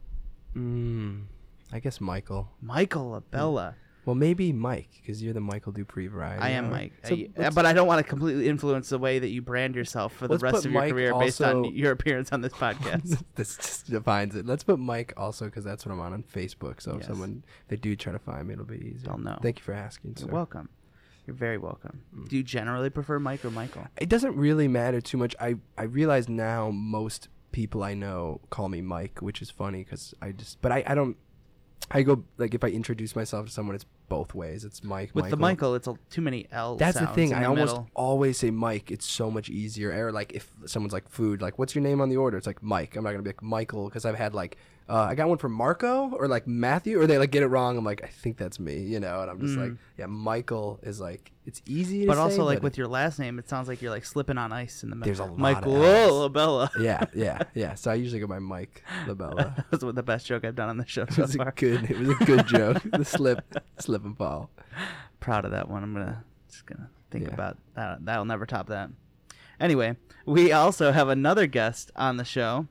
Mm, I guess Michael.
Michael Labella.
Well, maybe Mike, because you're the Michael Dupree variety.
I am
hour.
Mike,
So
I- uh,
let's-
but I don't want to completely influence the way that you brand yourself for the
Let's
rest
put
of your
Mike
career based on
also-
your appearance on
*laughs*
this podcast.
this just defines it. Let's put Mike also, because that's what I'm on on Facebook. So if
Yes.
someone if they do try to find me, it'll be easier.
They'll know.
Thank you for asking.
You're
sir.
welcome. You're very welcome.
Hmm.
Do you generally prefer Mike or Michael?
it doesn't really matter too much. I I realize now most people I know call me Mike, which is funny because I just but I I don't. I go like if I introduce myself to someone, it's both ways. It's Mike.
With the Michael, it's a, too many L.
That's the
sounds
thing.
in
I almost
middle.
always say Mike. It's so much easier. Or like if someone's like food, like what's your name on the order? It's like Mike. I'm not gonna be like Michael because I've had like uh, I got one from Marco or like Matthew or they like get it wrong. I'm like I think that's me, you know. And I'm just like yeah, Michael is like it's easy. To
But
say,
also, like
it-
with your last name, it sounds like you're like slipping on ice in the middle.
There's a lot of
Michael
Ls.
Labella.
*laughs* yeah, yeah, yeah. So I usually go by Mike *laughs* Labella.
*laughs* That's what the best joke I've done on the show
It
so
was a
far.
good. It was a good *laughs* joke. The slip, slip and fall.
Proud of that one. I'm gonna just gonna think
Yeah.
about that. That'll never top that. Anyway, we also have another guest on the show.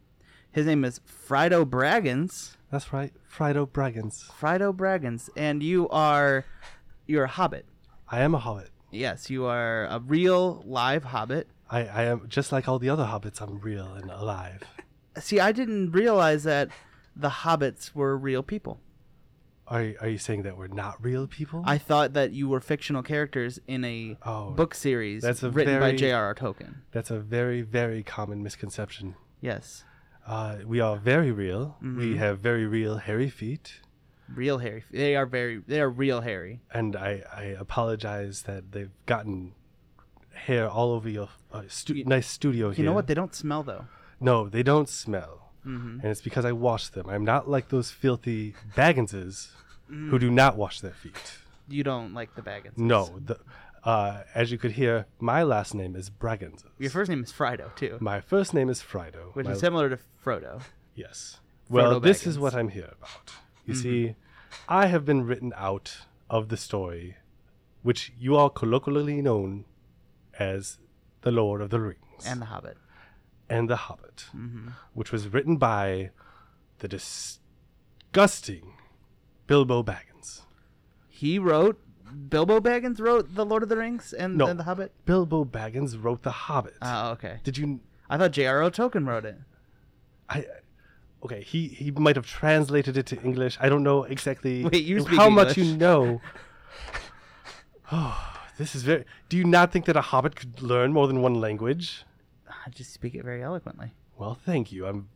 His name is Frido Braggins.
That's right, Frido Braggins.
Frido Braggins, and you are you're a hobbit.
I am a hobbit.
Yes, you are a real live hobbit.
I, I am just like all the other hobbits. I'm real
*laughs*
and alive.
See, I didn't realize that the hobbits were real people.
Are you- are you saying that we're not real people?
I thought that you were fictional characters in a
Oh,
book series
that's a
written by
very-
J.R.R. Tolkien.
That's a very very common misconception.
Yes,
Uh, we are very real.
Mm-hmm.
We have very real hairy feet,
real hairy. They are very. They are real hairy.
and I I apologize that they've gotten hair all over your uh, stu- nice studio
You
here.
know what? They Mm-hmm. don't smell though.
No, they don't smell. And it's because I wash them. I'm not like those filthy Bagginses
Mm.
who do not wash their feet.
You don't like the Baggins.
No, the, uh, as you could hear, my last name is Braggins.
Your first name is Frido too,
my first name is Frido.
which
My-
is similar to Frodo.
Yes. Well, this is
Baggins.
what I'm here about. You see, I have been written out of the story, which you are colloquially known as the Lord of the Rings
And the Hobbit.
and the Hobbit, which was written by the disgusting Bilbo Baggins.
He wrote. Bilbo Baggins wrote the Lord of the Rings and,
No.
and the Hobbit.
Bilbo Baggins wrote The Hobbit.
Oh, okay.
Did you?
I thought J.R.R. Tolkien wrote it.
I okay. He he might have translated it to English. I don't know exactly
*laughs* Wait, you speak
how much you
English. *laughs*
know. *sighs* Oh, this is very. Do you not think that a hobbit could learn more than one language?
I just speak it very eloquently.
Well, thank you. I'm.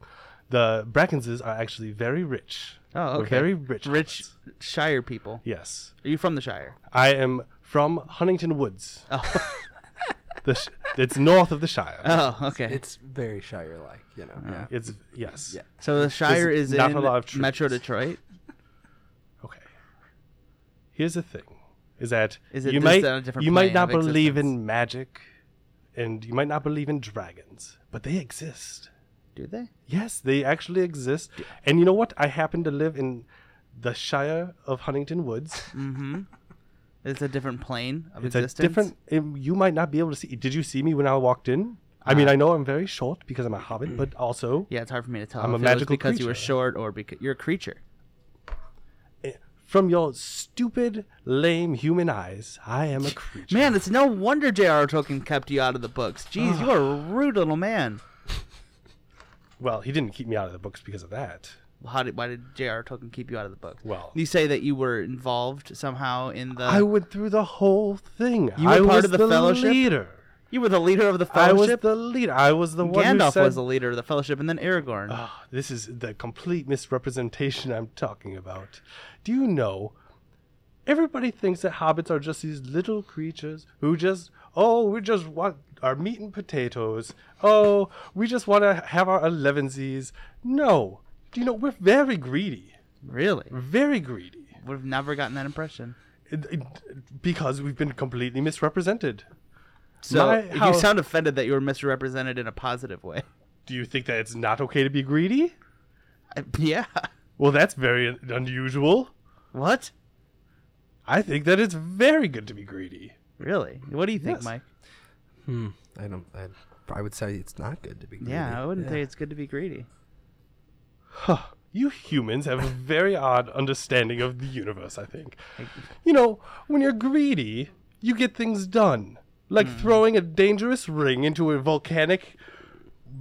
The Brackenses are actually very rich.
Oh,
We're
okay.
very rich.
Rich
hobbits.
Shire people.
Yes,
Are you from the
*laughs*
Shire?
I am from Huntington Woods.
Oh,
The sh- it's north of the Shire.
oh okay.
It's very Shire like, you know. Yeah.
It's yes.
Yeah.
so the Shire
There's
is
not
in
a lot of trees.
Metro Detroit.
Okay. Here's the thing: is that
Is it
you
just
might
on a different
you might
plane
not
of
believe
existence?
in magic, and you might not believe in dragons, but they exist.
Do they?
Yes, they actually exist. And you know what? I happen to live in the Shire of Huntington Woods.
Mm, It's a different plane of
It's a
existence.
different. um, You might not be able to see. Did you see me when I walked in? I mean, I know I'm very short because I'm a
*clears throat*
hobbit, but also
Ah. Yeah, it's hard for me to tell.
I'm a
if it was
magical
because you were
creature.
short or because you're a creature.
from your stupid, lame human eyes, I
*laughs*
am a creature.
Man, it's no wonder J.R.R. Tolkien kept you out of the books. Jeez, you are a rude little man.
Well, he didn't keep me out of the books because of that.
How did, why did J.R.R. Tolkien keep you out of the book?
Well-
you say that you were involved somehow in the.
I went through the whole thing.
Uh, You were
I
part
was
of the fellowship?
leader.
you were the leader of the
I was
fellowship.
the leader. I was the one who
Gandalf
said,
was the leader of the fellowship, and then Aragorn.
Ah, This is the complete misrepresentation I'm talking about. Do you know? Everybody thinks that hobbits are just these little creatures who just, oh, we just want our meat and potatoes. Oh, we just want to have our elevensies. No. Do you know, we're very greedy.
really?
Very greedy.
Would have never gotten that impression.
It- it- because we've been completely misrepresented.
So
My
you
house-
sound offended that you were misrepresented in a positive way. *laughs*
Do you think that it's not okay to be greedy?
I- yeah.
Well, that's very un- unusual.
What?
I think that it's very good to be greedy.
Really? What do you think,
Yes.
Mike?
Hmm. I don't. I, I would say it's not good to be.
Yeah,
greedy.
I wouldn't say it's good to be greedy.
Huh. You humans have a very odd understanding of the universe, I think. You know, when you're greedy, you get things done. Like throwing a dangerous ring into a volcanic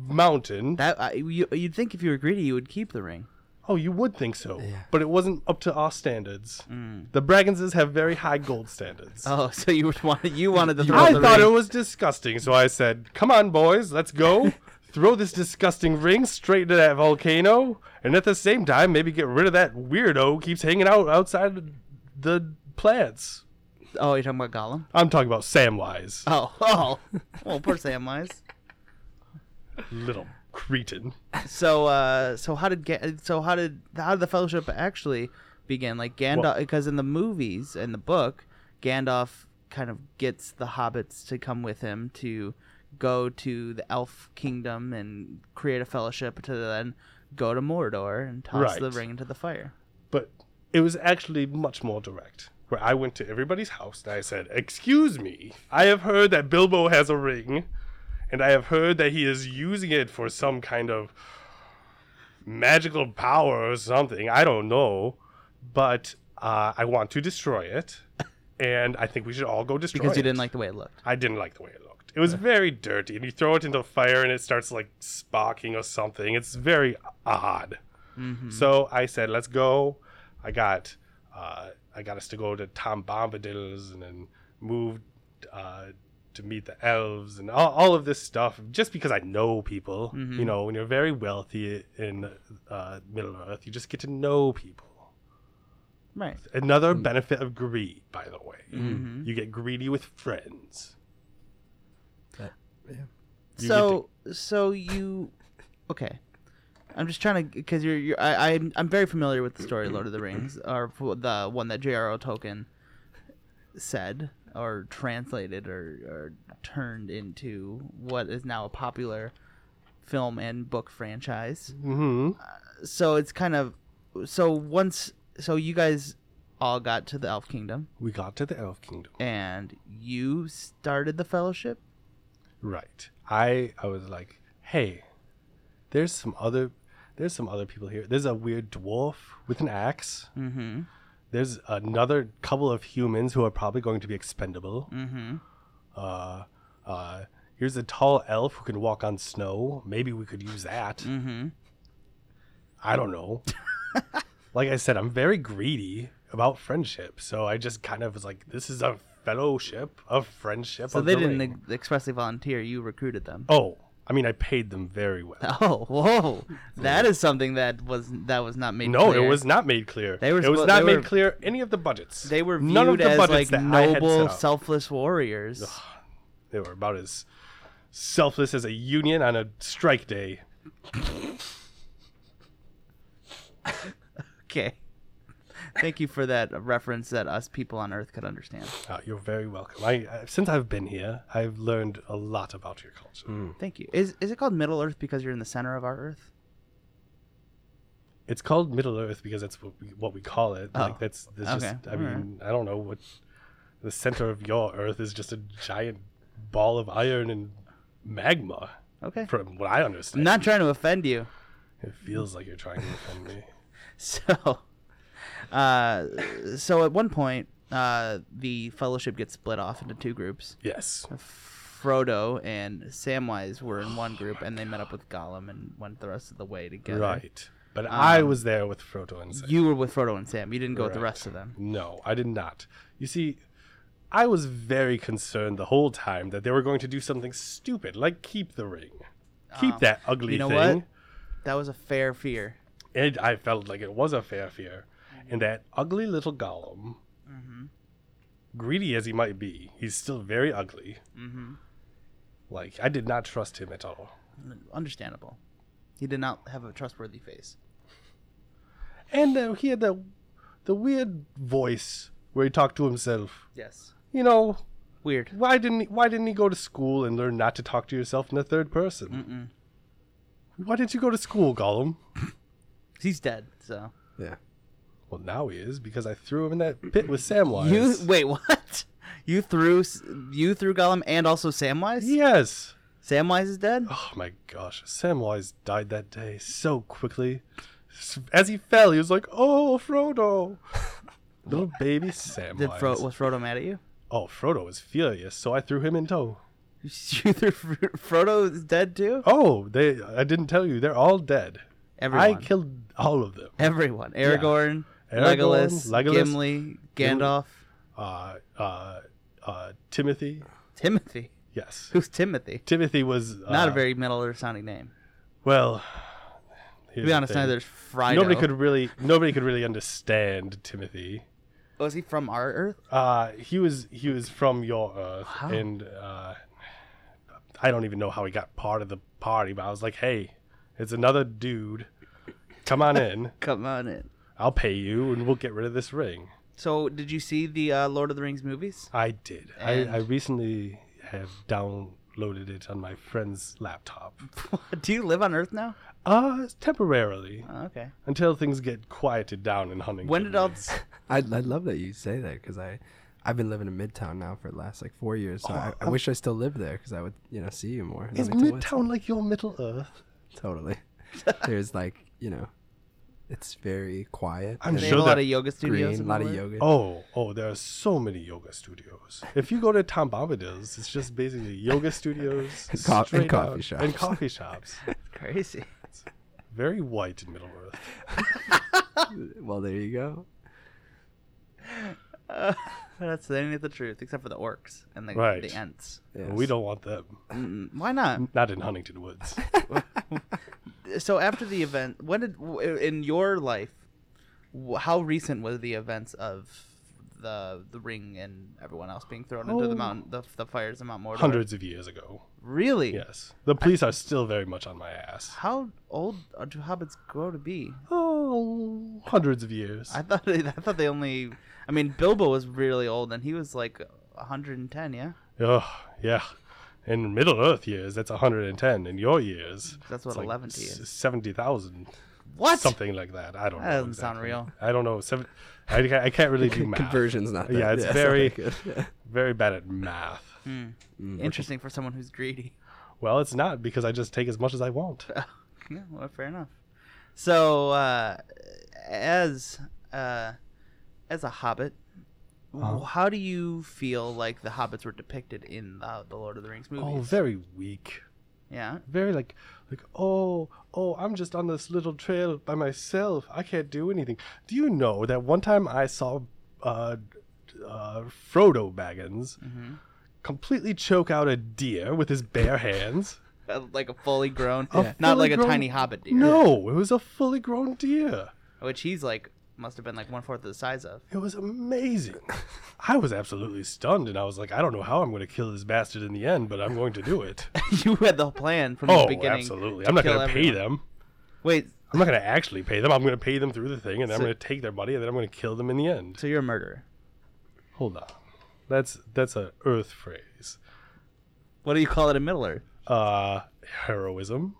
mountain.
That I, you, you'd think if you were greedy, you would keep the ring.
Oh, you would think so.
Yeah.
But it wasn't up to our standards. The Bragginses have very high gold standards.
*laughs* Oh, so you would want you wanted to throw
I
the
thought
ring.
it was disgusting, so I said, Come on, boys, let's go. Throw this disgusting ring straight into that volcano, and at the same time, maybe get rid of that weirdo who keeps hanging out outside the plants.
Oh, you're talking about Gollum.
I'm talking about Samwise.
Oh, *laughs* oh, well, poor Samwise.
Little cretin.
So, uh, so how did Ga- so how did how did the Fellowship actually begin? Like Gandalf,
Well-
because in the movies and the book, Gandalf kind of gets the hobbits to come with him to go to the Elf Kingdom and create a Fellowship to then go to Mordor and toss the
Right.
ring into the fire.
But it was actually much more direct. Where I went to everybody's house and I said, Excuse me, I have heard that Bilbo has a ring, and I have heard that he is using it for some kind of magical power or something. I don't know. But uh, I want to destroy it, and I think we should all go destroy
Because you
it.
didn't like the way it looked.
I didn't like the way it looked. It was very dirty, and you throw it into the fire, and it starts like sparking or something. It's very odd. So I said, "Let's go." I got, uh, I got us to go to Tom Bombadil's, and then moved uh, to meet the elves, and all, all of this stuff. Just because I know people, you know, when you're very wealthy in uh, Middle Earth, you just get to know people.
Right.
Another benefit of greed, by the way, you get greedy with friends. You get
so so you okay i'm just trying to because you're, you're I, I'm, I'm very familiar with the story of lord of the
*clears throat*
rings or f- the one that j.r.r tolkien said or translated or, or turned into what is now a popular film and book franchise
hmm
so it's kind of so once so you guys all got to the elf kingdom
We got to the Elf Kingdom.
and you started the fellowship
Right. I I was like, hey, there's some other there's some other people here. There's a weird dwarf with an ax Mm-hmm. There's another couple of humans who are probably going to be expendable. Mm-hmm. Uh, uh, here's a tall elf who can walk on snow. Maybe we could use that. Mm-hmm. I don't know. *laughs* like I said, I'm very greedy about friendship, so I just kind of was like, this is a fellowship of friendship.
so
of
they
the
didn't
ring.
ex- expressly volunteer you recruited them
Oh, I mean, I paid them very well.
*laughs* Oh, whoa! That is something that was that was not made.
No,
clear.
it was not made clear.
They were
it was
suppo-
not
they
made
were-
clear any of the budgets.
They were viewed
None of the
as
budgets
like
that I had
noble,
set up.
selfless warriors.
They were about as selfless as a union on a strike day.
Okay, thank you for that reference that us people on Earth could understand.
Ah, you're very welcome. I, I since I've been here, I've learned a lot about your culture.
Thank you. Is is it called Middle Earth because you're in the center of our Earth?
It's called Middle Earth because that's what we, what we call it.
Oh,
Like that's, that's
okay,
just. I
all
mean, I don't know what the center of your Earth is. Just a giant ball of iron and magma,
Okay.
from what I
I'm
understand.
not trying to offend you. *laughs*
it feels like you're trying to offend me.
So, uh, so at one point, uh, the Fellowship gets split off into two groups. *laughs*
Yes.
Frodo and Samwise were in one group, and they met up with Gollum and went the rest of the way together.
Right. But I was there with Frodo and Sam.
Um, You were with Frodo and Sam. You didn't go with the
Correct.
rest of them.
No, I did not. You see, I was very concerned the whole time that they were going to do something stupid, like keep the ring. Keep that ugly
Um, you know
thing.
what? That was a fair fear.
And I felt like it was a fair fear. And that ugly little Gollum,
Mm-hmm.
greedy as he might be, he's still very ugly.
Mm-hmm.
Like, I did not trust him at all.
Understandable. He did not have a trustworthy face.
And uh, he had the, the weird voice where he talked to himself.
Yes.
You know,
Weird.
Why didn't he, why didn't he go to school and learn not to talk to yourself in the third person? Why didn't you go to school, Gollum?
He's dead. So
Yeah.
Well, now he is because I threw him in that pit with Samwise.
you wait. *laughs* What? You threw S- you threw Gollum and also Samwise.
yes.
Samwise is dead.
Oh my gosh, Samwise died that day so quickly. As he fell, he was like, "Oh,
*laughs*
Frodo." Little baby Samwise.
Did Fro- was Frodo mad at you? *laughs*
oh, Frodo was furious, so I threw him in tow.
You threw Fro- Frodo is dead too.
Oh, they I didn't tell you. They're all dead. I
Everyone.
killed all of them.
Everyone. Aragorn,
Aragorn,
Legolas,
Legolas,
Gimli, Gandalf,
Uh, uh, uh, Timothy.
Timothy. *laughs*
Yes.
Who's Timothy?
Timothy was uh,
Not a very Middle Earth sounding name.
well.
To be honest, neither there's Friday.
Nobody could really nobody could really understand Timothy.
Was Oh, he from our Earth?
Uh, he was he was from your earth, and uh, I don't even know how he got part of the party. But I was like, hey, it's another dude. Come on
*laughs*
in.
Come on in.
I'll pay you, and we'll get rid of this ring.
So, did you see the uh, Lord of the Rings movies? *laughs*
I did. I, I recently have downloaded it on my friend's laptop.
Do you live on Earth now?
Uh, temporarily
Oh, okay.
until things get quieted down in Huntington.
When did all
Beach.
I, I love that you say that because I, I've been living in Midtown now for the last like four years. So I, I wish I still lived there because I would, you know, see you more. in
Oh. is
Huntington Woods.
Midtown like your Middle Earth?
*laughs*
*laughs*
Totally. There's like, you know, it's very quiet.
I'm
and
They
Sure
have a lot
that
of yoga studios.
green, a
in
lot of
Middle Earth?
yoga.
Oh, oh, there are so many yoga studios. If you go to Tom Bombadil's, it's just basically yoga *laughs* studios
And co- and
straight
coffee
up,
shops.
and coffee shops.
*laughs* Crazy.
Very white in Middle Earth. Oh.
Well, there you go.
That's the end of the truth, except for the orcs and the,
Right.
the ants.
*laughs*
We don't want them.
Mm, Why not?
Not in Huntington Woods.
so after the event, when did w- in your life? w- How recent was the events of the the ring and everyone else being thrown into the
Oh.
mountain, the, the fires of Mount Mordor?
Hundreds of years ago.
Really?
Yes. The police are still very much on my ass.
How old are- do hobbits grow to be?
Oh, hundreds of years.
I thought I thought they only. I mean, Bilbo was really old, and he was like 110. Yeah,
Ugh, Oh, yeah. In Middle Earth years, that's 110. In your years,
That's what
it's
11 to you.
s- 70,000.
What?
Something like that. I don't
That
know.
doesn't sound real.
I don't know. Seven, I, ca- I can't really do math.
Conversion's not that *laughs*
Yeah, it's
not
very-
that good. *laughs* Mm. Yeah.
Very bad at math.
interesting for someone who's greedy. *laughs*
Well, it's not because I just take as much as I want.
Yeah, well, fair enough. So, uh, as uh, as a hobbit,
Uh-huh.
w how do you feel like the hobbits were depicted in the, the Lord of the Rings
Oh,
movies?
very weak.
yeah,
Very like, like oh, oh, I'm just on this little trail by myself. I can't do anything. Do you know that one time I saw uh, uh, Frodo Baggins
Mm-hmm.
completely choke out a deer with his bare
*laughs*
hands?
Uh, like a fully grown,
A
not like
fully
a
grown-
tiny hobbit deer,
No, it was a fully grown deer.
which he's like must have been like one fourth of the size of.
It was amazing. I was absolutely stunned, and I was like, I don't know how I'm going to kill this bastard in the end, but I'm going to do
*laughs*
it.
you had the plan from the
oh,
beginning.
absolutely. I'm not
kill
going to pay
everyone.
them.
Wait,
I'm not going to actually pay them. I'm going to pay them through the thing, and then
So-
I'm going to take their money, and then I'm going to kill them in the end.
so you're a murderer.
Hold on. That's that's a Earth phrase.
What do you call it in Middle Earth?
Uh,
*laughs*
heroism.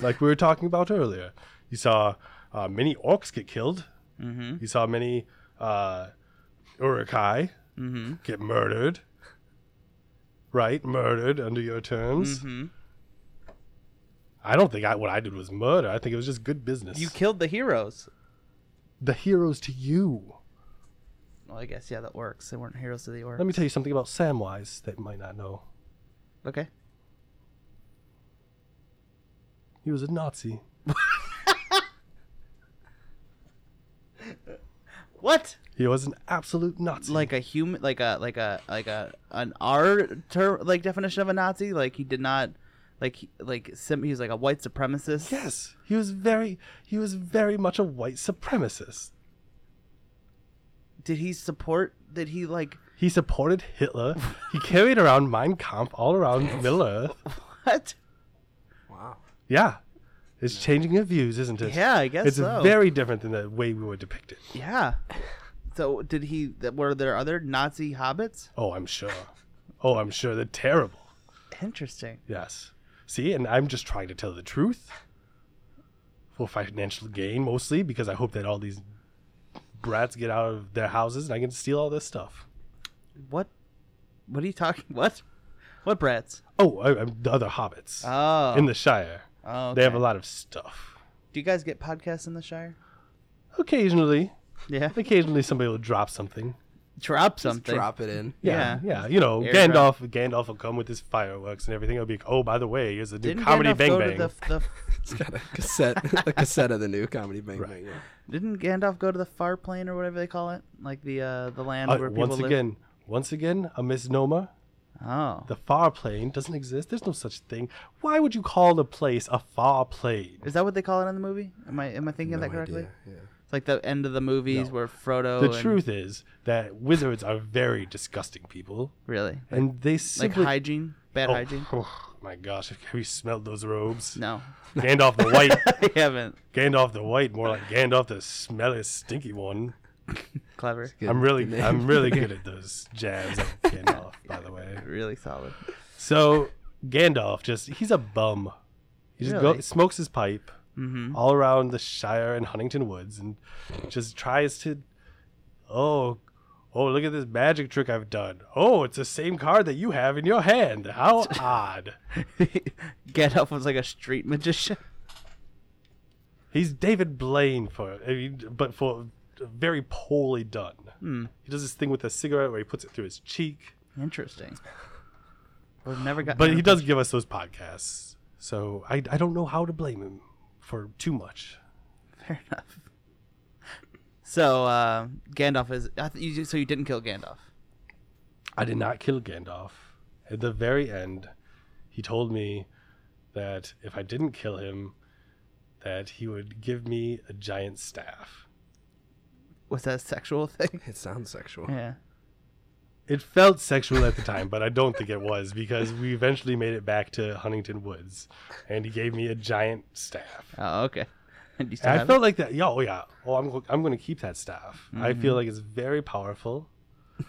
like we were talking about earlier, you saw uh, many orcs get killed. Mm-hmm. You saw many uh, urukai
Mm-hmm.
get murdered. Right, murdered under your terms.
Mm-hmm.
I don't think I, what I did was murder. I think it was just good business.
You killed the heroes.
the heroes to you.
Well, I guess yeah, that works. They weren't heroes to the orcs.
Let me tell you something about Samwise that you might not know.
Okay.
He was a Nazi.
What?
He was an absolute Nazi.
like a human like a like a like a an R term like definition of a Nazi. Like he did not like he- like sim- he was like a white supremacist.
Yes, he was very he was very much a white supremacist.
Did he support? Did he like
He supported Hitler.
*laughs*
he carried around Mein Kampf all around Middle Earth.
what?
Wow.
Yeah. It's changing your views, isn't it?
Yeah, I guess
It's
so.
very different than the way we were depicted. *laughs*
Yeah. So did he? that- Were there other Nazi hobbits?
Oh, I'm sure. Oh, I'm sure they're terrible.
Interesting.
Yes. See, and I'm just trying to tell the truth. For financial gain mostly, because I hope that all these brats get out of their houses and I can steal all this stuff.
What? What are you talking? *laughs* What? What brats?
Oh, I, i the other hobbits
Oh.
in the Shire.
oh
They have a
okay.
lot of stuff.
Do you guys get podcasts in the Shire?
Occasionally,
Yeah.
occasionally somebody will drop something.
*laughs* Drop
Just
something.
drop it
*laughs*
in.
Yeah, yeah.
Yeah.
You know,
Air
Gandalf. Gandalf will come with his fireworks and everything. It'll be like, oh, by the way, here's a new
Didn't
comedy
Gandalf
Bang
go
Bang.
to the, the
It's got a cassette, a cassette of the new comedy bang bang. yeah.
*laughs* Didn't Gandalf go to the far plane or whatever they call it, like the uh, the land
Uh,
where people
once
live?
again, once again, a misnomer.
oh,
The far plane doesn't exist. There's no such thing. Why would you call a place a far plane?
is that what they call it in the movie? Am I am I thinking of that
No
correctly?
idea, yeah.
It's like the end of the movies where Frodo.
The
and-
truth is that wizards are very disgusting people,
really,
and they
like
simply
hygiene, bad
Oh,
hygiene.
my gosh, have you smelled those robes? *laughs*
No, *laughs*
Gandalf the White,
I haven't.
Gandalf the White, more like Gandalf the smelly, stinky one.
Clever,
Good-
I'm
good
really,
name. *laughs*
I'm really
*laughs*
good at those jabs of Gandalf, by the way.
really solid. *laughs*
So Gandalf just—he's a bum. He just go,
Really?
smokes his pipe all around the Shire and Huntington Woods, and just tries to, oh, oh, look at this magic trick I've done. Oh, it's the same card that you have in your hand. How odd.
Gandalf was like a street magician.
He's David Blaine for, I mean, but for very poorly done. He does this thing with a cigarette where he puts it through his cheek.
Interesting. *laughs* We've never got.
But he does give us those podcasts, so I, I don't know how to blame him for too much.
Fair enough. *laughs* So uh, Gandalf is. I th- you, so you didn't kill Gandalf.
I did not kill Gandalf. At the very end, he told me that if I didn't kill him, that he would give me a giant staff.
Was that a sexual *laughs* thing?
It sounds sexual.
Yeah.
It felt sexual at the time, but I don't think it was because we eventually made it back to Huntington Woods, and he gave me a giant staff.
Oh, okay. And you still
And I
have it?
felt like that. Yeah, oh yeah. Oh, I'm go- I'm going to keep that staff. I
Mm-hmm.
feel like it's very powerful, and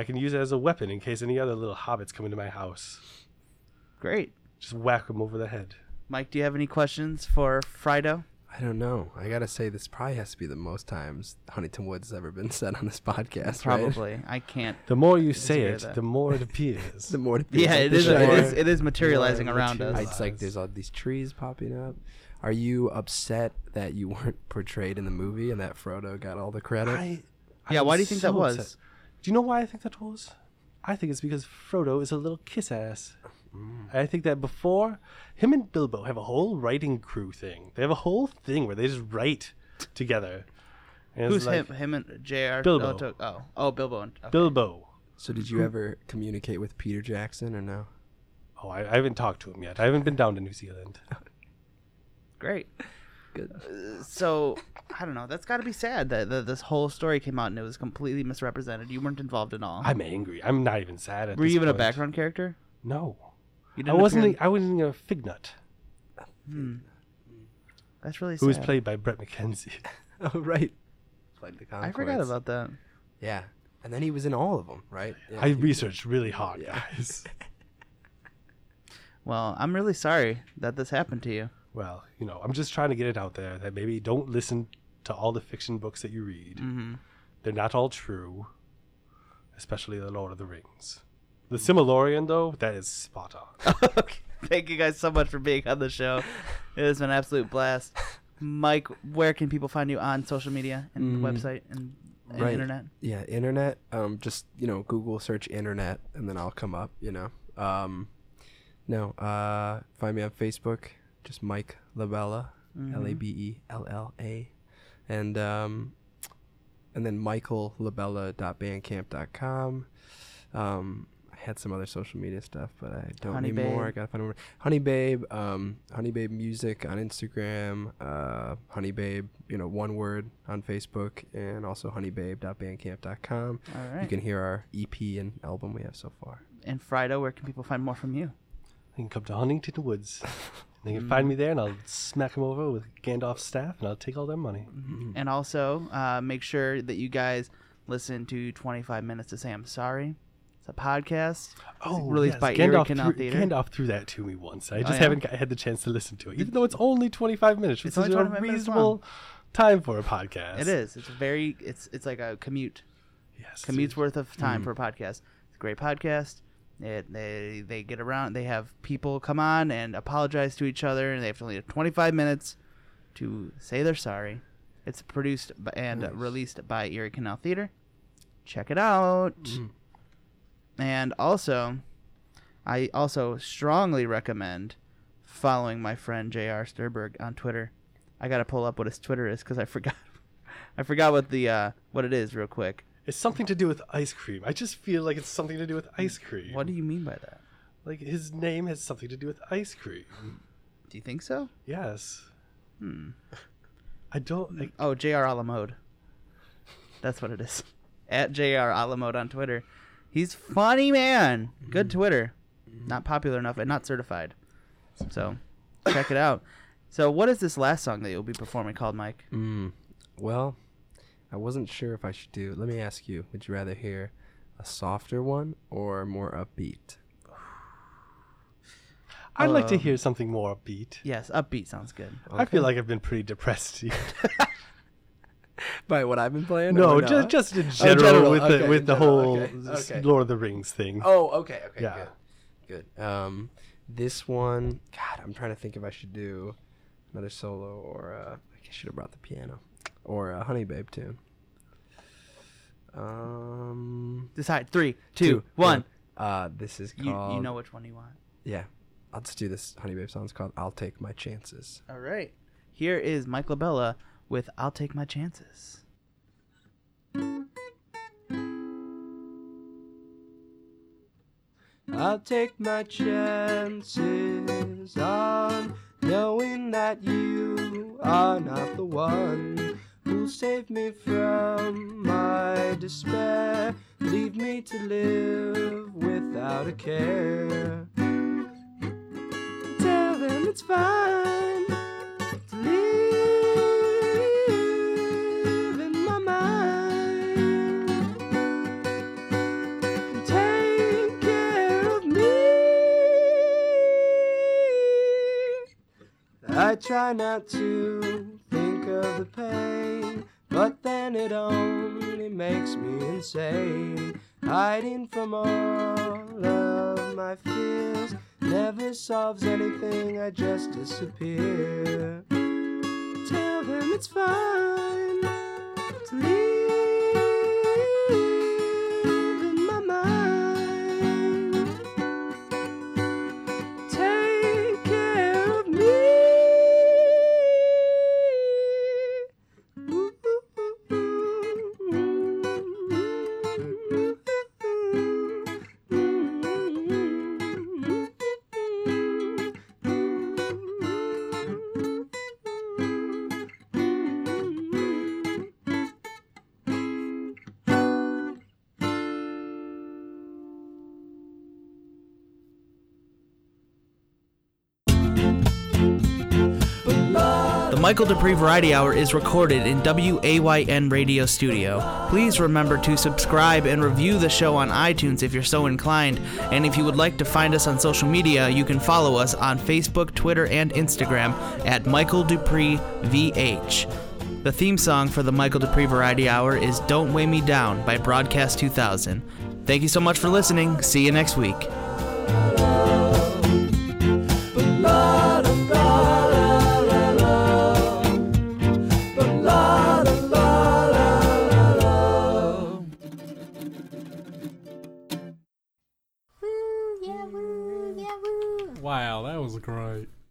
I can use it as a weapon in case any other little hobbits come into my house.
Great.
Just whack them over the head.
Mike, do you have any questions for Frido?
I don't know. I gotta say, this probably has to be the most times Huntington Woods has ever been *laughs* said on this podcast. right?
Probably. I can't.
The more you say
hear
it,
that.
the more it appears.
*laughs* The more to be
*laughs* Yeah,
like
it
the
is, it
shower.
is. It is materializing
Yeah,
around
materialize.
us.
It's like there's all these trees popping up. Are you upset that you weren't *laughs* portrayed in the movie and that Frodo got all the credit?
I,
Yeah.
I'm
Why do you think that
so
was?
upset. Do you know why I think that was? I think it's because Frodo is a little kiss ass. I think that before him and Bilbo have a whole writing crew thing. They have a whole thing where they just write together. And it's
Who's
like,
him? Him and Jr.
Bilbo.
Oh, to- oh, oh, Bilbo. And, okay.
Bilbo.
so did you ever communicate with Peter Jackson or no?
Oh, I, I haven't talked to him yet. I haven't been down to New Zealand.
Oh. Great.
Good.
Uh, So I don't know. That's got to be sad that, that this whole story came out and it was completely misrepresented. You weren't involved at all.
I'm angry. I'm not even sad at
Were
this
you even a
point.
background character?
No.
You
I
appear
wasn't.
in-
I wasn't a fig nut
That's really sad.
who was played by Brett McKenzie.
*laughs*
*laughs*
Oh right. Played the
I forgot
Concords.
about that.
Yeah, and then he was in all of them,
*laughs*
right? Yeah, *laughs*
I
he-
researched really hard, guys.
Well, I'm really sorry that this happened
*laughs*
to you. *laughs*
well, you know, I'm just trying to get it out there that maybe don't listen to all the fiction books that you read.
Mm-hmm.
They're not all true, especially The Lord of the Rings. The Similorian, though, that is spot on.
Okay. Thank you guys so much for being on the show. It has been an absolute blast. Mike, where can people find you on social media
Mm.
and website and, and
Right.
internet?
Yeah, internet. Um, just you know, Google search internet, and then I'll come up. You know. Um, no. Uh, find me on Facebook. Just Mike Labella, L A B E L L A, and um, and then Michael Labella.bandcamp.com. Um, I had some other social media stuff, but I don't
Honey
anymore. I
Babe.
gotta find more. Honey Babe, um, Honey Babe Music on Instagram, uh, Honey Babe, you know, one word on Facebook, and also honeybabe.bandcamp.com.
All
You
right.
can hear our EP and album we have so far.
And Frido, where can people find more from you?
They can come to Huntington
*laughs*
Woods. They can find me there, and I'll smack them over with Gandalf's staff, and I'll take all their money.
And also, uh, make sure that you guys listen to 25 Minutes to Say I'm Sorry. It's a podcast.
Oh,
released
yes,
by
Gandalf
Erie Canal
threw,
Theater.
Gandalf threw that to me once. I just
Oh, yeah?
haven't got, had the chance to listen to it, even though it's only 25 minutes, which
It's
is
only
a
25 minutes
reasonable time for a podcast.
It is. It's very. It's it's like a commute.
Yes.
commute's worth of time for a podcast. It's a great podcast. It, they they get around. They have people come on and apologize to each other, and they have to only have 25 minutes to say they're sorry. It's produced b- and released by Erie Canal Theater. Check it out. And also, I also strongly recommend following my friend J.R. Sturberg on Twitter. I gotta pull up what his Twitter is because I forgot. *laughs* I forgot what the uh, what it is real quick.
It's something to do with ice cream. I just feel like it's something to do with ice
Hmm.
cream.
What do you mean by that?
Like his name has something to do with ice cream.
Do you think so?
Yes.
Hmm.
I don't. Like,
Oh, JR Alamode. That's what it is. *laughs* At JR Alamode on Twitter. He's funny man. Good Twitter. Not popular enough and not certified. So check it out. So what is this last song that you'll be performing called Mike?
Mm, Well, I wasn't sure if I should do. Let me ask you: Would you rather hear a softer one or a more upbeat?
I'd like
Uh,
to hear something more upbeat.
Yes, upbeat sounds good.
I feel like I've been pretty depressed. *laughs*
By what I've been playing?
no,
or
just
not? Oh,
just in general,
general,
with
okay,
the with
in
the
general,
whole
okay,
s-
okay.
Lord of the Rings thing.
Oh, okay, okay,
Yeah.
good, good. Um, this one, God, I'm trying to think if I should do another solo or uh, I should have brought the piano or a Honey Babe tune. Um,
Decide. Three, two, one.
Uh, this is called.
You you know which one you want.
Yeah, I'll just do this Honey Babe song. It's called "I'll Take My Chances."
All right. Here is Mike LaBella with I'll Take My Chances.
I'll take my chances on knowing that you are not the one who'll save me from my despair. Leave me to live without a care. Tell them it's fine to live in my mind take care of me. I try not to think of the pain, but then it only makes me insane. Hiding from all of my fears never solves anything, I just disappear. Tell them it's fine to live in my mind. Take care of me.
The Michael Dupree Variety Hour is recorded in WAYN Radio Studio. Please remember to subscribe and review the show on iTunes if you're so inclined. And if you would like to find us on social media, you can follow us on Facebook, Twitter, and Instagram at Michael Dupree VH. The theme song for the Michael Dupree Variety Hour is Don't Weigh Me Down by Broadcast 2000. Thank you so much for listening. See you next week.
Wow, that was great.